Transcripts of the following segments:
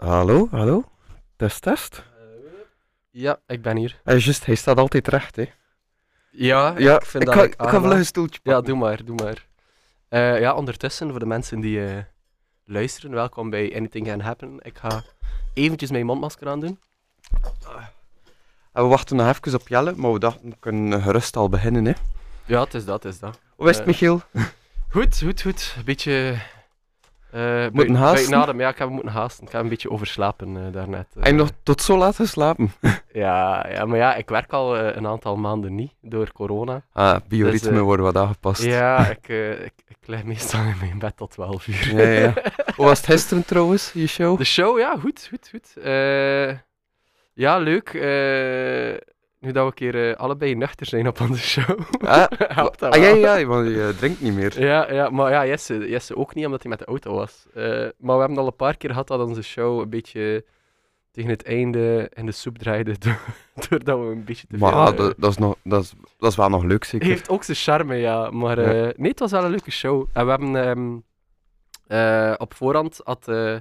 Hallo, hallo. Test, test. Ja, ik ben hier. Hij, just, hij staat altijd recht, hè. Ja, Ja, ik vind ik dat ga, ik ik ga vlug aanhaal. een stoeltje Ja, pakken. doe maar, doe maar. Eh, ja, ondertussen, voor de mensen die eh, luisteren, welkom bij Anything Can Happen. Ik ga eventjes mijn mondmasker aandoen. En we wachten nog even op Jelle, maar we dachten, we kunnen gerust al beginnen, hè. Ja, het is dat, het is dat. Hoe is het, Eh, Michiel? Goed, goed, goed. Een beetje... eh Moeten buiten- haasten? buiten adem. Ja, ik heb moeten haasten. Ik heb een beetje overslapen eh, daarnet. eh. Hij nog tot zo laat geslapen. ja, ja, maar ja, ik werk al eh, een aantal maanden niet, door corona. Ah, bioritme Dus, eh, worden wat aangepast. Ja, ik, eh, ik, ik lig meestal in mijn bed tot 12 uur. Ja, ja. Hoe was het gisteren trouwens, je show? De show, ja, goed, goed, goed. Eh, ja, leuk. Eh, nu dat we een keer eh, allebei nuchter zijn op onze show. Ah, Helpt dat ah, ja, wel. ja, want je drinkt niet meer. Ja, ja, maar ja, Jesse, Jesse ook niet, omdat hij met de auto was. Eh, maar we hebben al een paar keer gehad dat onze show een beetje tegen het einde in de soep draaide. do- Doordat we een beetje te veel... Maar ah, eh, dat, dat, is nog, dat, is, dat is wel nog leuk, zeker. heeft ook zijn charme, ja. Maar eh, nee, het was wel een leuke show. En we hebben ehm, eh, op voorhand had, eh,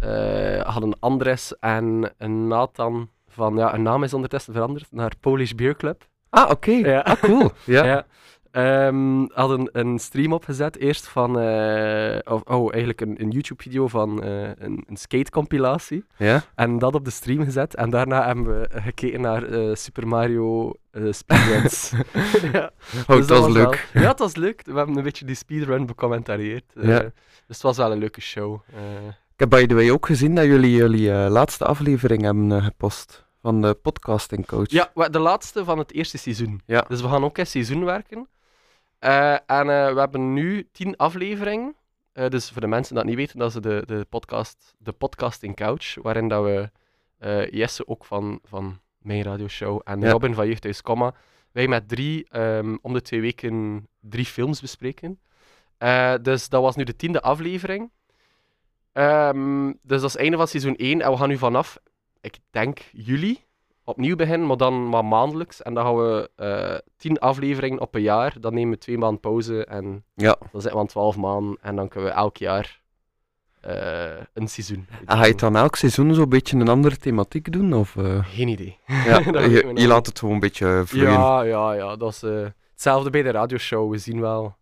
eh, hadden Andres en een Nathan van, ja, een naam is ondertussen veranderd, naar Polish Beer Club. Ah, oké. Ja. Cool. Ja. ja. Ehm, hadden een stream opgezet, eerst van, eh, of, oh, eigenlijk een, een YouTube-video van eh, een, een skate-compilatie. Ja. Oh, En dat op de stream gezet. En daarna hebben we gekeken naar eh, Super Mario eh Speedruns. ja. Oh, Dus dat was wel- leuk. Ja, het was leuk. We hebben een beetje die speedrun becommentarieerd. eh, Ja. dus het was wel een leuke show. eh. Ik heb by the way ook gezien dat jullie jullie eh, laatste aflevering hebben eh, gepost van de podcasting coach. ja, wa- de laatste van het eerste seizoen. Ja. Dus we gaan ook in seizoen werken. Eh, en eh, we hebben nu tien afleveringen. Eh, dus voor de mensen dat niet weten, dat is de, de podcast, de podcasting couch, waarin dat we eh, Jesse ook van, van mijn radioshow en Ja. Robin van Jeugdhuis Comma, wij met drie ehm, om de twee weken drie films bespreken. Eh, dus dat was nu de tiende aflevering. Ehm, dus dat is het einde van seizoen 1 en we gaan nu vanaf, ik denk juli, opnieuw beginnen, maar dan maar maandelijks. En dan gaan we eh, tien afleveringen op een jaar. Dan nemen we twee maanden pauze en Ja. Ah, dan zitten we aan 12 maanden en dan kunnen we elk jaar eh, een seizoen. En Ah, ga je het dan elk seizoen zo'n beetje een andere thematiek doen? Of, eh? Geen idee. Ja, Dat weten we je, nog je niet. laat het gewoon een beetje eh, vloeien. Ja, Ja, ja, ja. Dat is eh, hetzelfde bij de radioshow. We zien wel.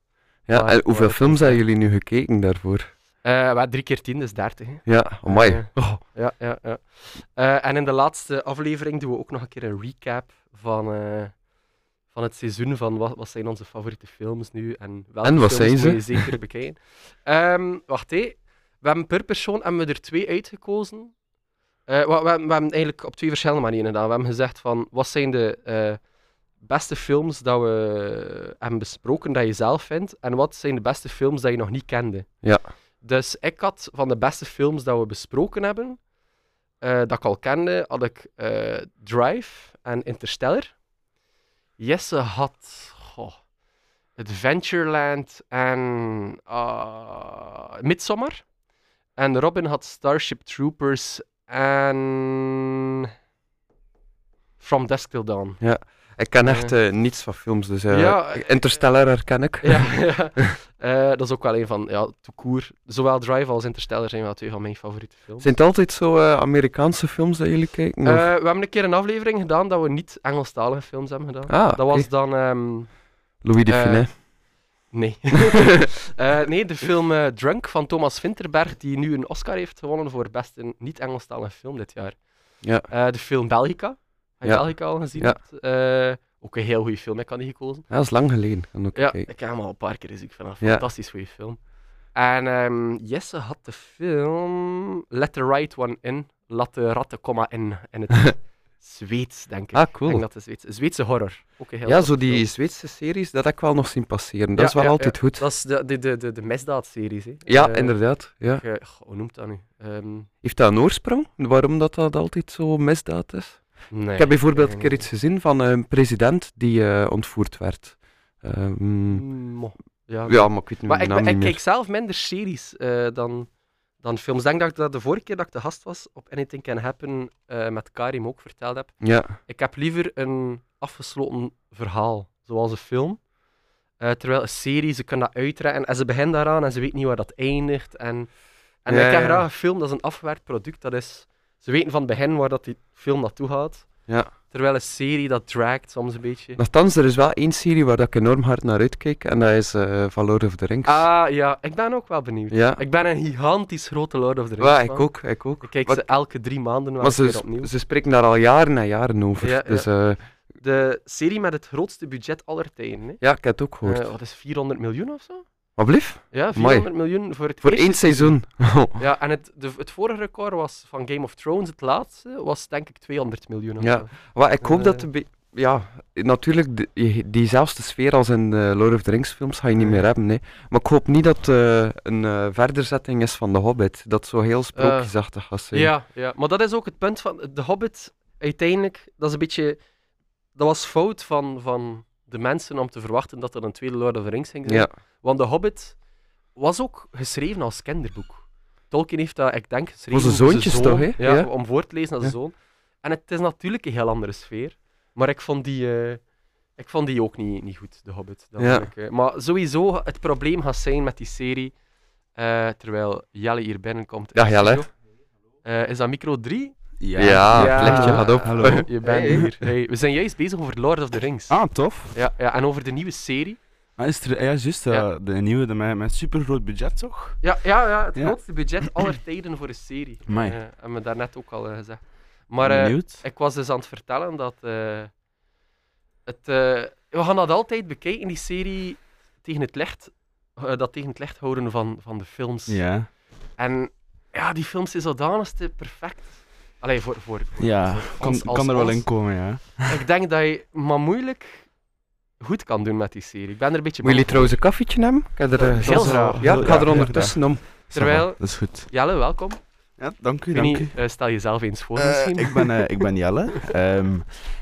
maar- en hoeveel maar- films hebben jullie nu gekeken daarvoor? Eh, we hebben drie keer tien, dus 30. hè. Ja, amai. Eh, Oh, Ja, ja, ja. Eh, en in de laatste aflevering doen we ook nog een keer een recap van, eh, van het seizoen. Van wat, wat zijn onze favoriete films nu en welke En wat films zijn ze? moet je zeker bekijken. Ehm, wacht hé. We hebben per persoon hebben we er twee uitgekozen. Eh, we, we, hebben- we hebben eigenlijk op twee verschillende manieren gedaan. We hebben gezegd van wat zijn de eh, beste films dat we hebben besproken dat je zelf vindt en wat zijn de beste films dat je nog niet kende. Ja. Dus ik had van de beste films dat we besproken hebben, eh, dat ik al kende, had ik eh, Drive en Interstellar. Jesse had goh, Adventureland en ah, Midsommar. En Robin had Starship Troopers en From Dusk Till Dawn. ik ken echt eh, niets van films, dus eh, Ja, Interstellar herken ik. Ja, ja. Eh, dat is ook wel een van, ja, Toekoer. Zowel Drive als Interstellar zijn wel twee van mijn favoriete films. Zijn het altijd zo eh, Amerikaanse films dat jullie kijken? Eh, of- we hebben een keer een aflevering gedaan dat we niet Engelstalige films hebben gedaan. ah, Dat was dan. ehm, Louis de eh, Funès. nee. Eh, nee, de film eh, Drunk van Thomas Vinterberg, die nu een Oscar heeft gewonnen voor beste niet-Engelstalige film dit jaar. Ja. Eh, de film Belgica. Heb Ja. je Belgica al gezien? Ja. hebt? Eh, ook een heel goede film, ik had die gekozen. Ja, dat is lang geleden. Kan ook Ja, kijken. ik heb hem al een paar keer gezien. Ik vind dat een Ja. fantastisch goede film. En ehm, Jesse had de film Let the Right One In, Laat de Ratten, comma in. In het Zweeds, denk ik. Ah, Ik denk cool. dat de Zweedse, Zweedse horror. Ook een heel Ja, toffe zo die film. Zweedse series, dat heb ik wel nog zien passeren. Dat is Ja, wel ja, altijd goed. Dat is de, de, de, de, de misdaadseries. Hè. Ja, Eh, inderdaad. Ja. ik, eh, goh, hoe noemt dat nu? Ehm, Heeft dat een oorsprong? Waarom dat, dat altijd zo misdaad is? nee. ik heb bijvoorbeeld een geen keer idee. iets gezien van een president die eh, ontvoerd werd. Ehm, Mm, mo. Ja, ja, maar ik weet nu Maar de ik, naam ben- ik niet meer. kijk zelf minder series eh, dan, dan films. Ik denk dat ik dat de vorige keer dat ik de gast was op Anything Can Happen eh, met Karim ook verteld heb. Ja, Ik heb liever een afgesloten verhaal, zoals een film. Eh, terwijl een serie, ze kunnen dat uitrekken en ze beginnen daaraan en ze weten niet waar dat eindigt. En En Ja, ik ja, heb ja. graag een film, dat is een afgewerkt product. Dat is, ze weten van het begin waar dat die film naartoe gaat. Ja. Terwijl een serie, dat draagt soms een beetje. Nochtans, er is wel één serie waar dat ik enorm hard naar uitkijk. En dat is eh van Lord of the Rings. Ah ja, ik ben ook wel benieuwd. ja, Ik ben een gigantisch grote Lord of the Rings Ja, ik fan. ook. Ik ook. Ik kijk Wat- ze elke drie maanden wel maar een ze, keer opnieuw. ze spreken daar al jaren en jaren over. Ja, ja. dus eh, De serie met het grootste budget aller tijden. Hè. ja, ik heb het ook gehoord. Eh, wat is 400 miljoen of zo? maar blief, Ja, Amai. 400 miljoen voor het voor eerste één seizoen. Ja, en het, de, het vorige record was van Game of Thrones, het laatste, was denk ik 200 miljoen. of Ja. zo. Wat, ik hoop Eh. dat de be- Ja, natuurlijk, de- je- diezelfde sfeer als in de Lord of the Rings films ga je niet Eh. meer hebben. Nee. Maar ik hoop niet dat eh een eh, verderzetting is van The Hobbit. Dat zo heel sprookjesachtig gaat zijn. Eh, ja, ja, maar dat is ook het punt van The Hobbit. Uiteindelijk, dat is een beetje. Dat was fout van, van de mensen om te verwachten dat er een tweede Lord of the Rings ging zijn. Ja. Want The Hobbit was ook geschreven als kinderboek. Tolkien heeft dat, ik denk, geschreven Voor zijn zoontjes zoon, toch, hè? Ja, Ja. om voor te lezen aan zijn Ja. zoon. En het is natuurlijk een heel andere sfeer. Maar ik vond die, eh, ik vond die ook niet, niet goed, The Hobbit. Dat Ja. vond ik, eh, maar sowieso, het probleem gaat zijn met die serie, eh, terwijl Jelle hier binnenkomt. in Dag, de Jelle. studio. Eh, is dat micro 3? Ja, ja, Ja. lichtje gaat op. Hallo. Je bent Hey. hier. Hey, we zijn juist bezig over Lord of the Rings. Ah, tof. Ja, ja, en over de nieuwe serie. Ah, is er, ja, juist. eh, Ja. De nieuwe, de, met, met super groot budget, toch? Ja, ja, ja het Ja. grootste budget aller tijden voor een serie. Amai. Eh, hebben we daarnet ook al eh, gezegd. Maar eh, Benieuwd. ik was dus aan het vertellen dat... eh, het, eh, we gaan dat altijd bekijken, die serie, tegen het licht. eh, dat tegen het licht houden van, van de films. Ja. En ja, die films is zodanig te perfect. Allee, voor... voor, voor Ja, voor kan, ons als- kan er wel als- in komen, ja. Ik denk dat je maar moeilijk goed kan doen met die serie. Ik ben er een beetje Wil jullie bang trouwens een koffietje nemen? Ik heb er, eh, Heel zelfs- graag. Ja, Heel ik ga er graag. ondertussen om. Terwijl- Dat is goed. voor. Jelle, welkom. Ja, dank u, dank Vinnie, u. eh, stel jezelf eens voor Eh, misschien. ik, ben, eh, ik ben Jelle. Ehm,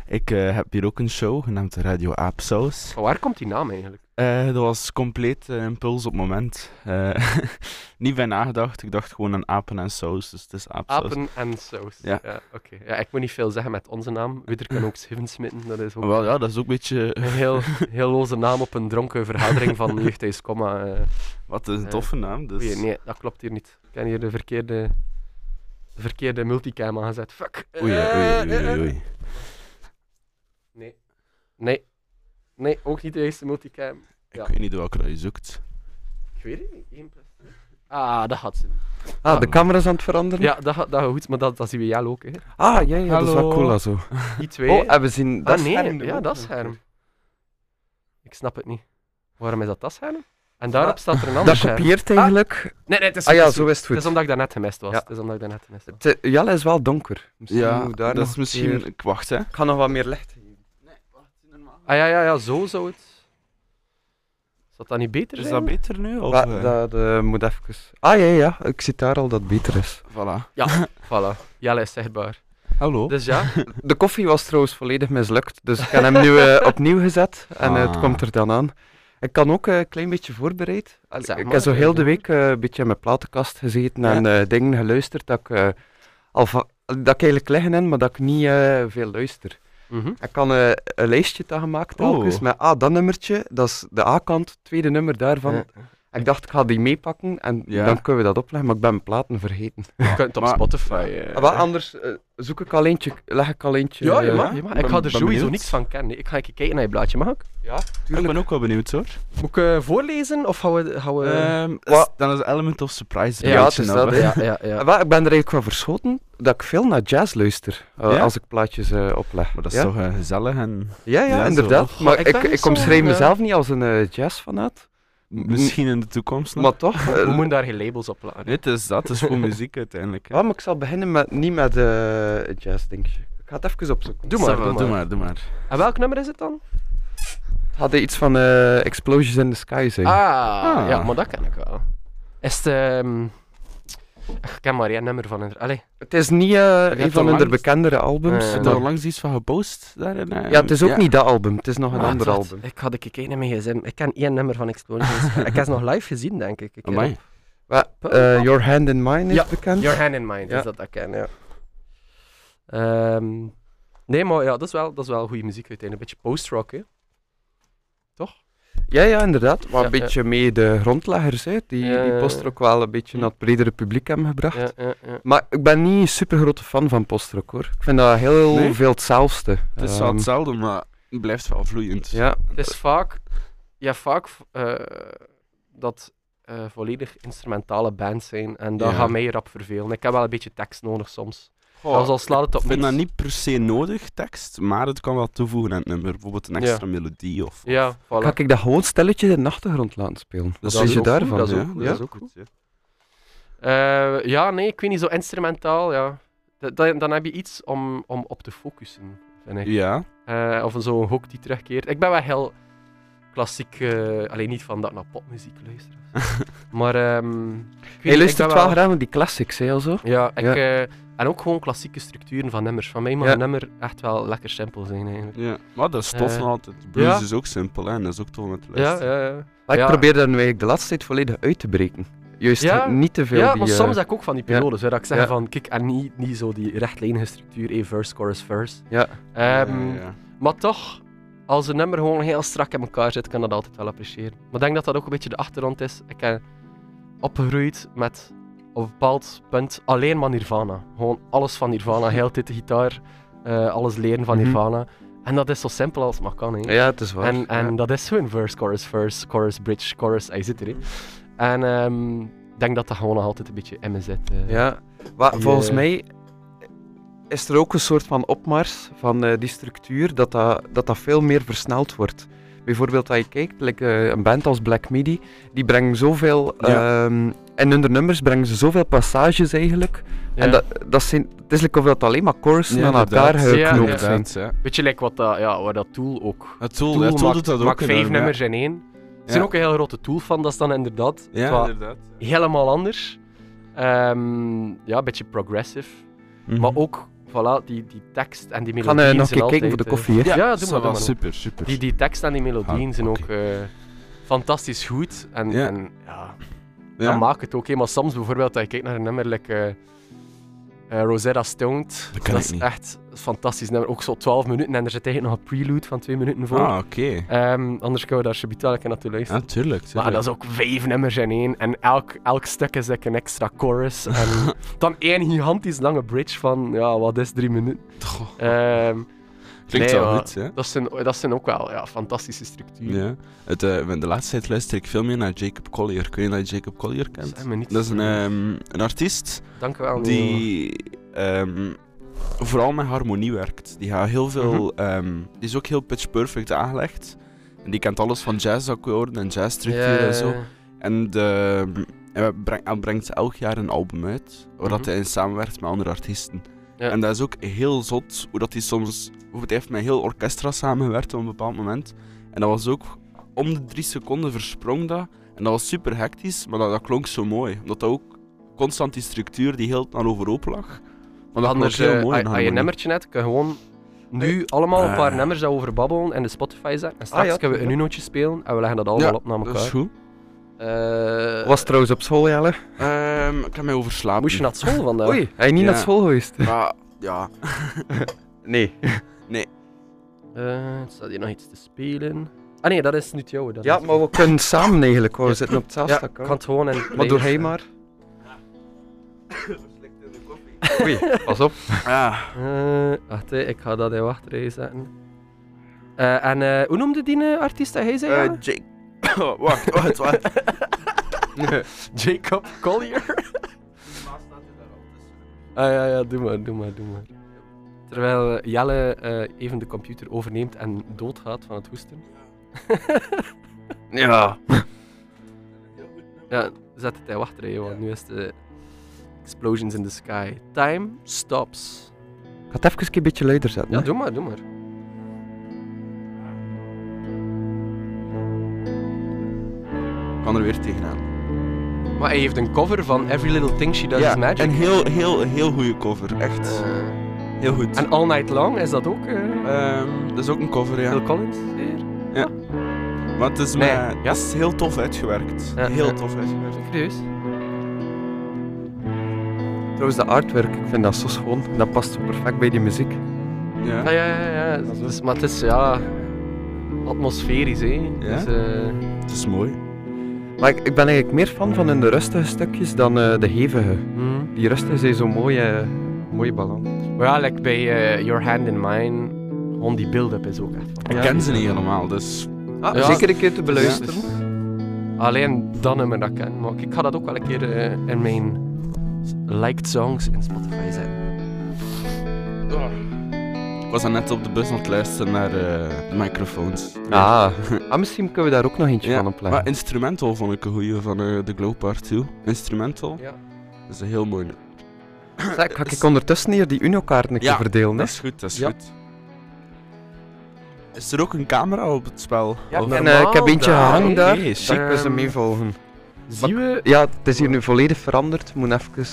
ik eh, heb hier ook een show genaamd Radio Aapsaus. Van waar komt die naam eigenlijk? Eh, dat was compleet een impuls op het moment. Eh, niet bij nagedacht. Ik dacht gewoon aan apen en saus. Dus het is aapsaus. Apen en saus. Ja. oké. Ja, ik moet niet veel zeggen met onze naam. Widder kan ook Sivens smitten. Dat is ook Wel ja, dat is ook een beetje. een heel, heel loze naam op een dronken vergadering van jeugdhuis, comma. eh. Wat een Eh, toffe naam. Dus. Oei, nee, dat klopt hier niet. Ik heb hier de verkeerde, de verkeerde multicam aangezet. Fuck. Oei, Eh, oei, oei, eh, eh. oei, oei. Nee. Nee. Nee, ook niet de eerste multicam. Ja. Ik weet niet welke dat je zoekt. Ik weet het niet. Eén plus twee. Ah, dat had ze. Ah, de camera is aan het veranderen? Ja, dat, gaat- dat gaat goed, maar dat, dat zien we jou ook. Hè. Ah, ja, ja dat is wel Hallo. cool dat zo. Die twee. Oh, en we zien dat ah, nee, scherm oh, ja, ook dat nog. scherm. Ik snap het niet. Waarom is dat dat scherm? En daarop staat er een ander Ah. Dat scherm. kopieert eigenlijk. Nee, nee, het is, Ah het ja, is- zo is het Ah. het goed. is omdat ik daarnet gemist was. Ja. Het is omdat ik daarnet gemist was. Het, eh, Jelle is wel donker. Misschien Ja, moet daar dat nog is misschien. weer- Ik wacht, hè. Ik ga nog wat meer licht geven. Ah ja, ja, ja, zo zou het... Zou dat niet beter Is zijn? dat beter nu? Of, Wa- eh, dat eh, moet even... Ah ja, ja, ik zie daar al dat het beter is. Voilà. voilà. Jelle is zichtbaar. Hallo. Oh. Dus ja, De koffie was trouwens volledig mislukt, dus ik heb hem nu eh, opnieuw gezet en eh, het Ah. komt er dan aan. Ik kan ook eh, een klein beetje voorbereid. Allee, Zeg ik maar, heb zo eh, heel de doe week eh, een beetje in mijn platenkast gezeten en eh, dingen geluisterd dat ik, eh, al va- dat ik eigenlijk liggen in, maar dat ik niet eh, veel luister. mhm. Ik kan eh, een lijstje dat gemaakt telkens Oh. met ah, dat nummertje, dat is de A-kant, tweede nummer daarvan. Ja. Ik dacht, ik ga die meepakken en Ja. dan kunnen we dat opleggen, maar ik ben mijn platen vergeten. je kunt het op maar- Spotify... eh. Wel, anders eh, zoek ik al eentje, leg ik al eentje. ja, je eh, mag, je mag. Ik ben- ga er ben sowieso benieuwd. niks van kennen. Ik ga even kijken naar je blaadje, mag ik? ik ben ook wel benieuwd hoor. Moet ik eh, voorlezen of gaan we... Gaan we... Eh. Ehm, wa- s- dan is Element of Surprise. Ja, het is dat, hè. ja, ja, ja. Eh, wel, ik ben er eigenlijk van verschoten dat ik veel naar jazz luister eh, Ja? als ik plaatjes eh, opleg. Maar dat is ja? toch eh, gezellig en Ja, ja, Ja, zo. inderdaad. Goh, maar ik ik, ben ik, niet zo, omschrijf eh, mezelf niet als een eh jazzfanaat, M- misschien in de toekomst nog. maar toch. eh, We moeten daar geen labels op plaatsen. Dit is dat, het is gewoon muziek uiteindelijk. Hè. ah, maar ik zal beginnen met, niet met eh jazz, denk ik. Ik ga het even opzoeken. Doe maar, Ça va, doe maar. doe maar, doe maar. En welk nummer is het dan? Het had iets van eh, Explosions in the Sky zijn. Ah, Ah. ja, maar dat ken ik wel. Is het... ehm, Ik ken maar één nummer van... hun. Allee. Het is niet eh, een hebt van al hun lang- bekendere albums. Eh, Heb maar- je daar onlangs iets van gepost? Daarin, eh? Ja, het is ook niet dat album, het is nog een Ah, ander het- album. Ik had een keer in mijn gezin. Ik ken één nummer van Explosions. ik heb ze nog live gezien, denk ik. ik Amai. Wa- eh, Your Hand in Mine is Ja, bekend. Your Hand in Mind Ja. is dat dat ik ken, ja. Ehm, nee, maar ja, dat is wel, dat is wel goede muziek uiteindelijk. Een beetje post-rock, hè. Toch? Ja, ja, inderdaad. Maar Ja, een beetje mee de grondleggers, hè, die, Ja, ja, die ja. post-rock wel een beetje Hm. naar het bredere publiek hebben gebracht. Ja, ja, ja. Maar ik ben niet een super grote fan van post-rock hoor. Ik vind dat heel Nee? veel hetzelfde. Het is wel Ehm, hetzelfde, maar het blijft wel vloeiend. Ja, Het is vaak, ja, vaak eh, dat eh, volledig instrumentale bands zijn. En dat Ja. gaat mij rap vervelen. Ik heb wel een beetje tekst nodig soms. Goh, Zelfs al slaat het op Oh. ik vind dat niets. niet per se nodig, tekst, maar het kan wel toevoegen aan het nummer. Bijvoorbeeld Ja. een extra melodie of... Ja, voilà. Ga ik dat gewoon stelletjes in de achtergrond laten spelen? Wat Dat is vind je ook goed, daarvan? dat is Ja, ook goed, ja? dat is ook goed. ja. Eh, ja, nee, ik weet niet, zo instrumentaal, ja. Da- da- dan heb je iets om, om op te focussen, vind ik. Ja, Eh, of zo'n hoek die terugkeert. Ik ben wel heel klassiek, eh, alleen niet van dat ik naar popmuziek luister. maar ehm ik weet niet, Hij ik luistert ben wel graag naar die classics, hè, al zo. Ja, ik, Ja. eh, en ook gewoon klassieke structuren van nummers. Van mij mag Ja. een nummer echt wel lekker simpel zijn, eigenlijk. ja. Maar dat is tof Eh, nog altijd. Blues ja. is ook simpel, hè. en Dat is ook tof om te Ja, luisteren. ja, ja. Maar ik Ja. probeer daar nu eigenlijk de laatste tijd volledig uit te breken. Juist Ja. niet te veel ja, die... maar eh, soms heb ik ook van die ja. periodes, hè, dat ik zeg Ja. van, kijk, en niet, niet zo die rechtlijnige structuur, eh, verse, chorus, verse. Ja. Ehm, Ja, ja. Maar toch, als een nummer gewoon heel strak in elkaar zit, kan dat altijd wel appreciëren. Maar ik denk dat dat ook een beetje de achtergrond is. Ik ben opgegroeid met op een bepaald punt alleen maar Nirvana. Gewoon alles van Nirvana, heel dit de gitaar, eh, alles leren van Mhm. Nirvana. En dat is zo simpel als het maar kan. Hè. ja, het is waar. En, en Ja. dat is gewoon verse, chorus, verse, chorus, bridge, chorus. Hij zit erin. En ehm, ik denk dat dat gewoon nog altijd een beetje in me zit. eh. Ja, maar Die, volgens eh, mij is er ook een soort van opmars van eh, die structuur, dat dat, dat dat veel meer versneld wordt. Bijvoorbeeld als je kijkt, like, eh, een band als Black Midi, die brengen zoveel... Ja. ehm, en hun nummers brengen ze zoveel passages eigenlijk. Ja. En dat, dat zijn, het is like of dat alleen maar chorussen Ja, aan elkaar inderdaad. Ja, geknoopt ja. zijn. Inderdaad, ja. Beetje like wat dat, ja, waar dat Tool ook... Het Tool, ja, Tool maakt- doet dat ook. maakt vijf enorm, ja. nummers in één. Er zijn Ja. ook een heel grote Tool van, dat is dan inderdaad Ja, wat inderdaad. helemaal anders. Ehm, ja, een beetje progressive. Mhm. Maar ook, voilà, die, die tekst en die Ik ga eh, nog melodieën een zijn keer kijken voor de altijd, eh, koffie. hè. Ja, doe maar, doe wel maar. Super, super. Die, die tekst en die melodieën Ah, zijn ook oké. eh, fantastisch goed. En Ja. en, ja, ja. Dat maakt het ook. hè. Maar soms bijvoorbeeld, als je kijkt naar een nummer like, eh, eh, Rosetta Stoned. Dat ken ik is niet. echt een fantastisch nummer. Ook zo 12 minuten en er zit eigenlijk nog een prelude van 2 minuten voor. Ah, oké. Ehm, anders kunnen we daar alsjeblieft wel een keer naartoe luisteren. Ja, tuurlijk. tuurlijk. Maar dat is ook vijf nummers in één. En elk, elk stuk is like een extra chorus. En dan één gigantisch lange bridge van, ja, wat is drie minuten? Goh, Ehm, Klinkt nee, Mm. wel maar- goed, hè? dat, zijn, dat zijn ook wel ja, fantastische structuren. Ja. Het, eh, de laatste tijd luister ik veel meer naar Jacob Collier. Ik weet niet of je Jacob Collier kent. Zijn me niet Dat is een, vergeten. ehm, een artiest Dank u wel. eh. Nino. die ehm, vooral met harmonie werkt. Die, gaat heel veel, ehm, die is ook heel pitch perfect aangelegd. En die kent alles van jazzakkoorden en jazzstructuren en zo. En de, hij, breng- hij brengt elk jaar een album uit, waar dat Mhm. hij in samenwerkt met andere artiesten. Ja. En dat is ook heel zot, hoe dat hij soms... Hoe hij heeft met heel orkestra samengewerkt op een bepaald moment. En dat was ook... Om de drie seconden versprong dat. En dat was super hectisch, maar dat, dat klonk zo mooi. Omdat dat ook constant die structuur die heel naar overhoop lag. Maar dat Anders, klonk heel eh, mooi. als- als je een nummertje net, kun je gewoon nu allemaal een paar Eh. Ah, nummers daarover babbelen en de Spotify zetten. En straks ja, kunnen we een unootje spelen en we leggen dat allemaal Ja, op naar elkaar. Dat is goed. Eh, Was trouwens op school, Jelle. Ehm, ik heb mij overslapen. Moest je naar school vandaag? Oei, hij niet Ja. naar school geweest. Maar, ja. Nee. Eh, staat hier nog iets te spelen? Ah nee, dat is niet jouw. dat Ja, is- maar we kunnen samen eigenlijk, hoor. we Ja. zitten op hetzelfde ja, ik account. kan het gewoon in. Maar doe hij maar. Oei, pas op. Ah, Eh, wacht, hè, ik ga dat in wachtrij zetten. Eh, en eh, hoe noemde die eh, artiest dat hij zei? eh, ja? Jake... wacht, wacht, wacht. Jacob Collier. ah ja, ja, doe maar, doe maar, doe maar. Terwijl eh, Jelle eh, even de computer overneemt en doodgaat van het hoesten. Ja. Ja, zet het in wachtrij, want nu is de Explosions in the Sky. Time stops. Ik ga het even een beetje luider zetten. Ja, hè. doe maar, doe maar. kan er weer tegenaan. Maar hij heeft een cover van Every Little Thing She Does Is Magic. een heel, heel, heel goede cover. Echt. Eh, Heel goed. en All Night Long, is dat ook eh Ehm, dat is ook een cover, ja. Phil Collins? Zeer. Maar het is, Nee, maar- ja. dat is heel tof uitgewerkt. Ja, heel ja. tof uitgewerkt. Curieus. Trouwens, dat artwork, ik vind dat zo schoon. Dat past zo perfect bij die muziek. Ja. Ah, ja, ja, ja. Dus, maar het is, ja... atmosferisch, hè. Dus, eh, Het is mooi. Maar ik, ik ben eigenlijk meer fan van in de rustige stukjes dan eh, de hevige. mhm. Die rustige zijn zo'n mooie, mooie balans. Maar ja, like bij eh, Your Hand in Mine, gewoon die build-up is ook echt. Ik Ja. ken ze niet helemaal, dus... Ah, Ja. Zeker een keer te beluisteren. Alleen dat nummer dat ik ken, maar ik ga dat ook wel een keer eh, in mijn liked songs in Spotify zetten. Ik was net op de bus aan het luisteren naar eh, de microfoons. Ah. ah, misschien kunnen we daar ook nog eentje Ja, van opleggen. maar instrumental vond ik een goeie van eh, de Glow Part 2. Instrumental, Ja. dat is een heel mooi. nummer. Zeg, ga ik ondertussen hier die Uno-kaarten een keer Ja, verdelen? Hè? Dat is goed, dat is Ja. goed. Is er ook een camera op het spel? Ja, Of- En eh, ik heb eentje Normaal gehangen daar. Oké, Daar chic. kunnen ze Ehm, meevolgen. Zien we... Ja, het is hier nu volledig veranderd. Moet even...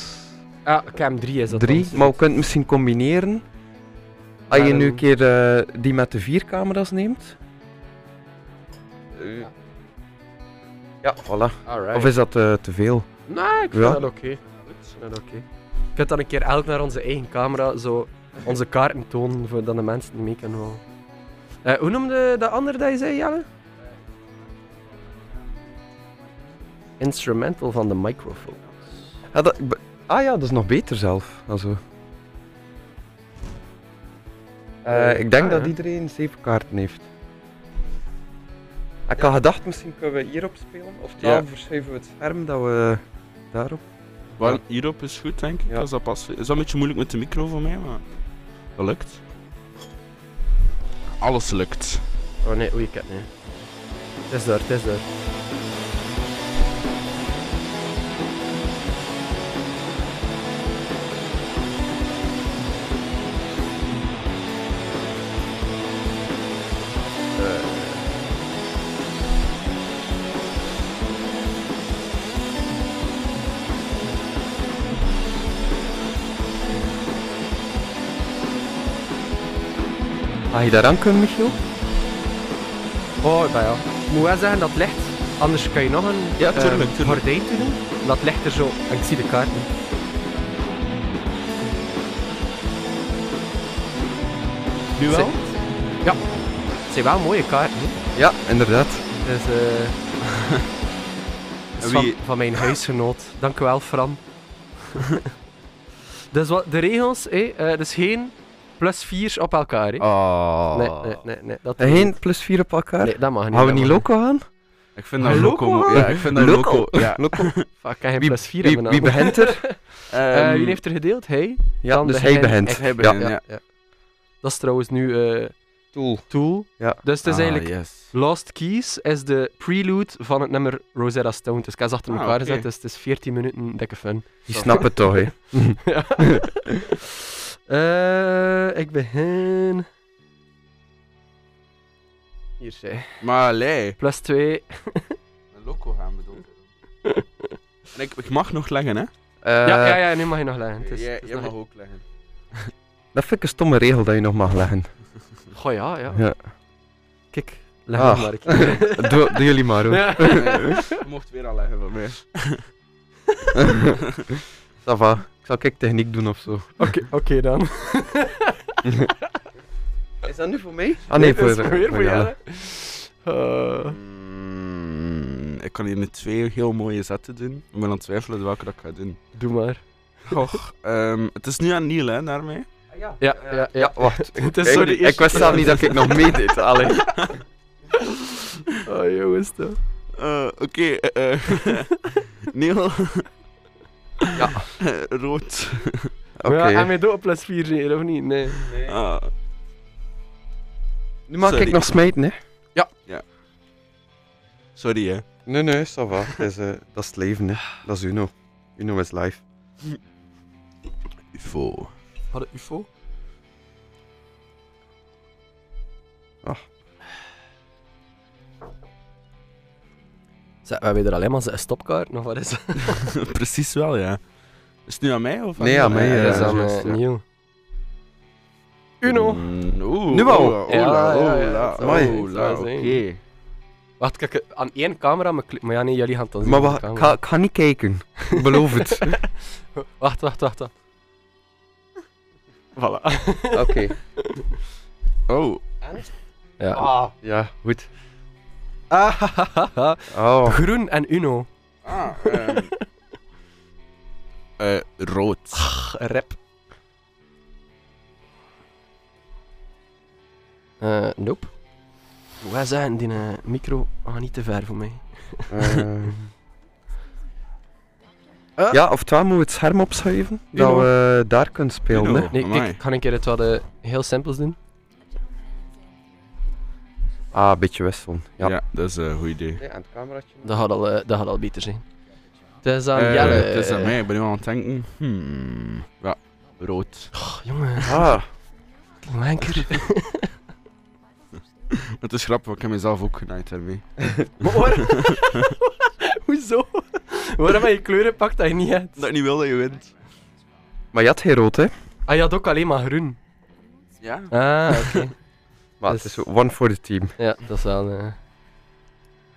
Ah, Cam 3 is dat Drie, dan. maar we kunnen het misschien combineren. Als je nu een keer eh, die met de vier camera's neemt. Eh, ja, voilà. Alright. Of is dat eh, te veel? Nee, Nou, ik vind Ja. dat oké. Ik vind dat oké. Je kunt dan een keer elk naar onze eigen camera zo onze kaarten tonen, voor dat de mensen mee kunnen halen. Eh, hoe noemde dat andere dat je zei, Jelle? Instrumental van de microfoon. Ah, dat, ik be- ah ja, dat is nog beter zelf. dan zo. Eh, Eh, ik denk ah, dat ja. iedereen zeven kaarten heeft. Ik had gedacht, misschien kunnen we hierop spelen. Of daar verschuiven we het scherm dat we daarop. Wel, hierop is goed, denk ik. Ja. Als dat pas... Is dat een beetje moeilijk met de micro voor mij, maar dat lukt. Alles lukt. Oh nee, oei, ik heb het niet. Het is daar, het is daar. Had je daaraan kunnen, Michiel? Oh, dat ja. Ik moet wel zeggen, dat licht... Anders kan je nog een Ja, eh, tuurlijk, tuurlijk. gordijn doen. Dat licht er zo... En ik zie de kaarten. Nu wel? Ja. Het zijn wel mooie kaarten. hè. Ja, inderdaad. Dus, eh dat is En van, wie- van mijn huisgenoot. Dank u wel, Fran. dus wat, de regels, hé, eh dus geen plus 4 op elkaar. Hé. Oh. Nee, nee, nee, nee, dat En Geen plus vier op elkaar. Nee, dat mag niet. Gaan we dat niet mag loco aan? Ik vind dat Hey, Nou, loco. loco, mo- hè? Ja, ik vind dat loco. Ja. Loco. niet. Fuck, ik kan geen Wie- plus 4 Wie, hebben. wie namelijk. begint er? Eh, Ehm, wie heeft er gedeeld? Hij? Ja, Dan dus begin hij begint. ik. Hij begint, Ja. ja. ja. Dat is trouwens nu eh, Tool. Tool. Ja. Dus het is Ah, eigenlijk... yes. Lost Keys is de prelude van het nummer Rosetta Stone. Dus ik heb ze achter Ah, elkaar oké. gezet, dus het is 14 minuten dikke fun. Je snapt het toch, hè? Ja. Eh, ik begin. Hier zij. Maar lei. Plus 2. Een loco gaan bedoel ik. En ik, ik mag nog leggen, hè? ja, Eh, ja, ja, nu mag je nog leggen. Het is, jij het is jij nog- mag ook leggen. Dat vind ik een stomme regel dat je nog mag leggen. Goh, ja, ja. Ja. Kijk, leg Ah. hem maar. een keer. Doe, doe jullie maar hoor. Ja. Je mocht weer al leggen van mij. Ça va. Ik zal kijk techniek doen of zo. Oké, oké dan. Is dat nu voor mij? Ah nee, voor, dat is weer voor jou. Jelle. hè. Eh, Mm, ik kan hier nu twee heel mooie zetten doen. Ik ben aan het twijfelen welke dat ik ga doen. doe maar. Och, ehm, het is nu aan Niel, hè, daarmee. Ja, ja, ja. Wacht. Het is zo de ik, eerste ik wist keer. zelf niet dat ik nog meedeed. Allee. Oh, jongens, toch. Eh, Oké, eh, eh, Niel. Ja. Eh, Rood. Oké. Maar ja, en met dood plus 4 neer, of niet? Nee. Ah, Nu mag ik Sorry. nog smijten, hè? sorry, hè. Nee, nee, ça va. Het is, eh, dat is het leven, hè? Dat is Uno. Uno is live. UFO. Had het UFO? Ah. Zeg, we hebben er alleen maar een stopkaart, nog wat is dat? Precies wel, ja. Is het nu aan mij of Nee, Niel? aan mij, Ja, eh, ja, dat is ja, aan juist, ja. nieuw. Uno! Mm, oeh, Nu al? oeh, Ja, oeh, ja, oeh, ja, la, het zou- oeh, het la, zou zijn. oké. Wacht, kijk, eh, aan één camera, maar, kli- maar ja, nee, jullie gaan het dan zien. Maar op de wacht, ik camera. ga, ik ga niet kijken. Ik Beloof het. Wacht, wacht, wacht, wacht. Voilà. Oké. Oh. Ja. Ah. Ja, goed. Ah, Oh. Groen en Uno. Ah, ehm. Eh, rood. Rep. Eh nope. Wij zijn die eh, micro ah, niet te ver voor mij. ehm. Ah. Ja, oftewel moeten we het scherm opschuiven, dat Uno. we daar kunnen spelen. Uno. Hè? Nee, Amai. kijk, ik ga een keer het wat eh, heel simpels doen. Ah, een beetje wisselen. Ja. Ja. dat is een goed idee. en het cameraatje. Dat gaat al, eh, dat gaat al beter zijn. Het is aan Eh, Jelle. het is aan eh, mij, ik ben nu aan het denken. Hmm. Ja, rood. oh, jongen, Ah, wanker. Het is grappig, want ik heb mezelf ook genaaid daarmee. Maar waar- Hoezo? Waarom heb je kleuren pakt dat je niet hebt? ik niet wil dat je wint. maar je had geen rood, hè? Ah, je had ook alleen maar groen. Ja? Ah, oké. Maar het Dus- is one for the team. ja, dat is wel...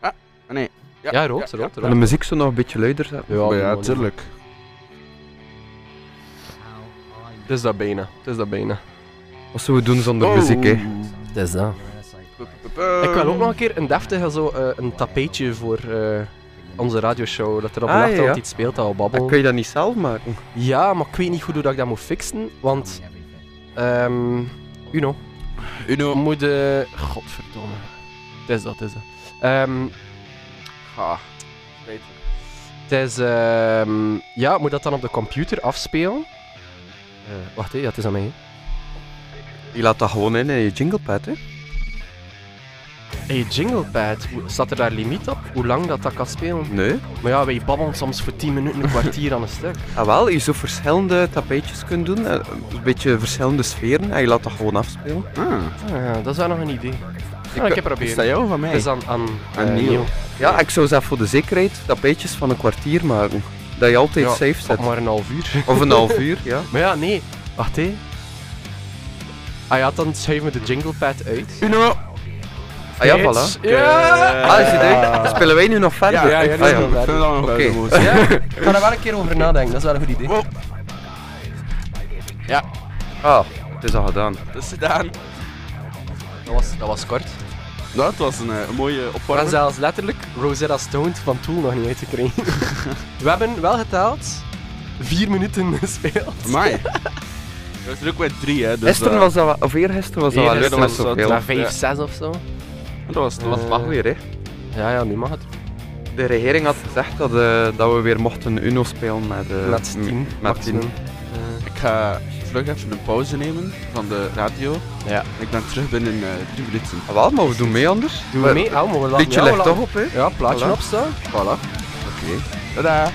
eh, Nee. Ja, rood, rood, En de muziek zo nog een beetje luider zetten. Ja, doe ja, maar niet. tuurlijk. Het is dat bijna. Het is dat bijna. Wat zullen we doen zonder Oh. muziek, hè? Het is dat. Ehm. Ik wil ook nog een keer een deftige, zo, eh, een tapijtje voor eh, onze radioshow. Dat er op de Ah, achtergrond ja. iets speelt dat we En babbelen. kun je dat niet zelf maken? Ja, maar ik weet niet goed hoe dat ik dat moet fixen, want... ehm Uno, we Uno. moeten... Godverdomme. Het is dat, het is dat. Ehm, Ha. het is... ehm, ja, moet dat dan op de computer afspelen? Eh, wacht, hé, ja, het is aan mij. hè. Je laat dat gewoon in, in je jinglepad, hè? Hey, jinglepad, hoe- staat er daar limiet op? Hoe lang dat dat kan spelen? Nee. Maar ja, wij babbelen soms voor 10 minuten, een kwartier aan een stuk. Ah, wel, je zou verschillende tapijtjes kunnen doen, eh, een beetje verschillende sferen, en je laat dat gewoon afspelen. Ah. Ah, ja, dat is wel nog een idee. Ah, Ik, ik heb Is proberen. dat jou of van Het mij? is aan, aan, Aan eh, Neil. Neil. Ja, ik zou zelf voor de zekerheid tapijtjes van een kwartier maken. Dat je altijd Ja, safe Tot zet. maar een half uur. Of een half uur, ja. Maar ja, nee. Wacht hé. Ah ja, dan schuiven we de jinglepad uit. Uno! Ah ja, voilà. Kids. Ja! Ah, zie je, spelen wij nu nog verder? Ja, ja, Ah, ja. Ik vind dat nog wel Oké. de mooiste. Ja, ik ga daar wel een keer over nadenken, dat is wel een goed idee. Wow. Ja, Ah, het is al gedaan. dat is gedaan. Dat was, dat was kort. Dat was een, eh, een mooie We hebben opwarming. zelfs letterlijk Rosetta Stone van Tool nog niet uitgekregen. we hebben wel geteld, vier minuten gespeeld. Amai. Dat is er ook weer drie, hè. Dus, Gisteren eh, was dat wel, of eergisteren was dat wel leuk Eergisteren met was dat zoveel. Na Dat vijf, Ja. zes of zo. Dat was het. was mag weer, hè. Ja, ja, nu mag het. De regering had gezegd dat, eh, dat we weer mochten Uno spelen met... eh, Met tien, m- Met maximum. tien. Eh, Ik ga vlug even een pauze nemen van de radio. Ja. Ik ben terug binnen eh, drie minuten. Ah, wel, maar we doen mee anders. Doen we Maar- Ah, mee? Oh, maar we laten Liedje ja, we ligt laten- toch op, hè. Ja, plaatje Voilà. opstaan. Voilà. Oké. Tada.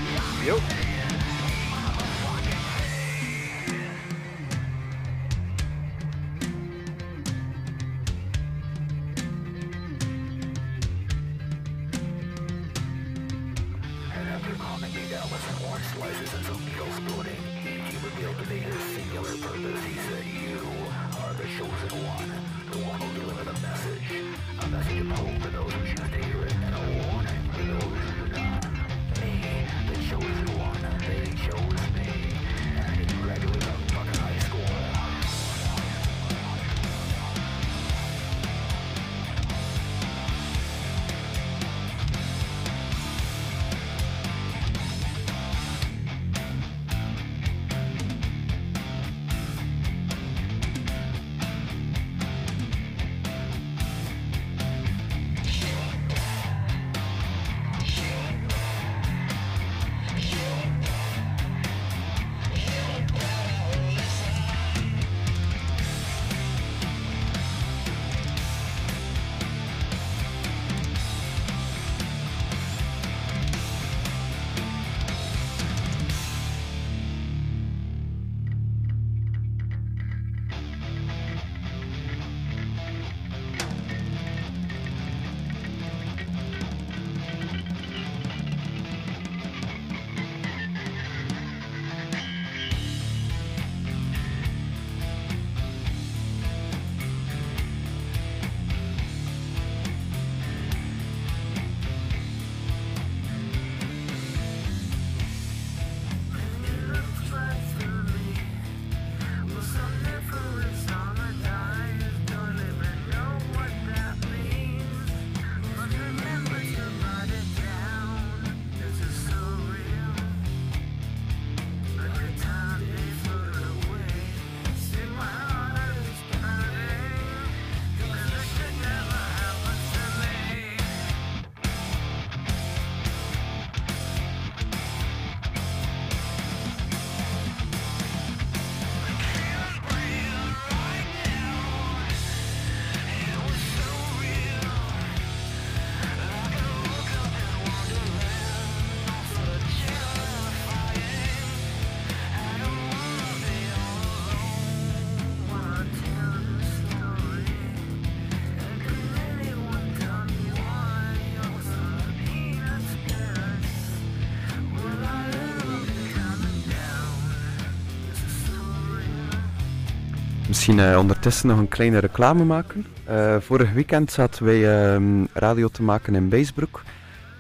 Misschien eh, ondertussen nog een kleine reclame maken. Eh, vorig weekend zaten wij ehm, radio te maken in Beesbroek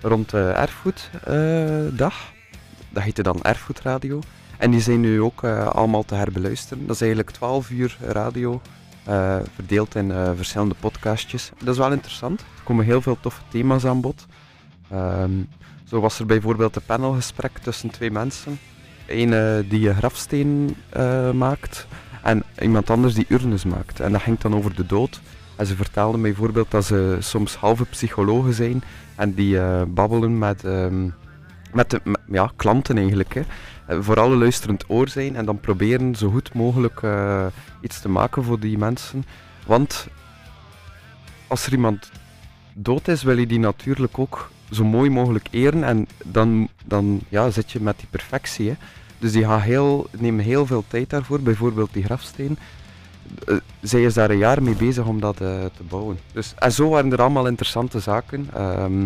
rond de Erfgoeddag. dat heette dan Erfgoedradio. En die zijn nu ook eh, allemaal te herbeluisteren. Dat is eigenlijk 12 uur radio, eh, verdeeld in eh, verschillende podcastjes. Dat is wel interessant. Er komen heel veel toffe thema's aan bod. Ehm, zo was er bijvoorbeeld een panelgesprek tussen twee mensen. Eén eh, die een grafsteen eh, maakt en iemand anders die urnes maakt. En dat ging dan over de dood. En ze vertelden mij bijvoorbeeld dat ze soms halve psychologen zijn en die eh, babbelen met, ehm, met de, met- ja, klanten eigenlijk. Hè. Eh, Vooral een luisterend oor zijn en dan proberen zo goed mogelijk eh, iets te maken voor die mensen. Want als er iemand dood is, wil je die natuurlijk ook zo mooi mogelijk eren. En dan, dan ja, zit je met die perfectie. Hè. Dus die gaan heel, nemen heel veel tijd daarvoor, bijvoorbeeld die grafsteen. Eh, zij is daar een jaar mee bezig om dat eh, te bouwen. Dus, en zo waren er allemaal interessante zaken ehm,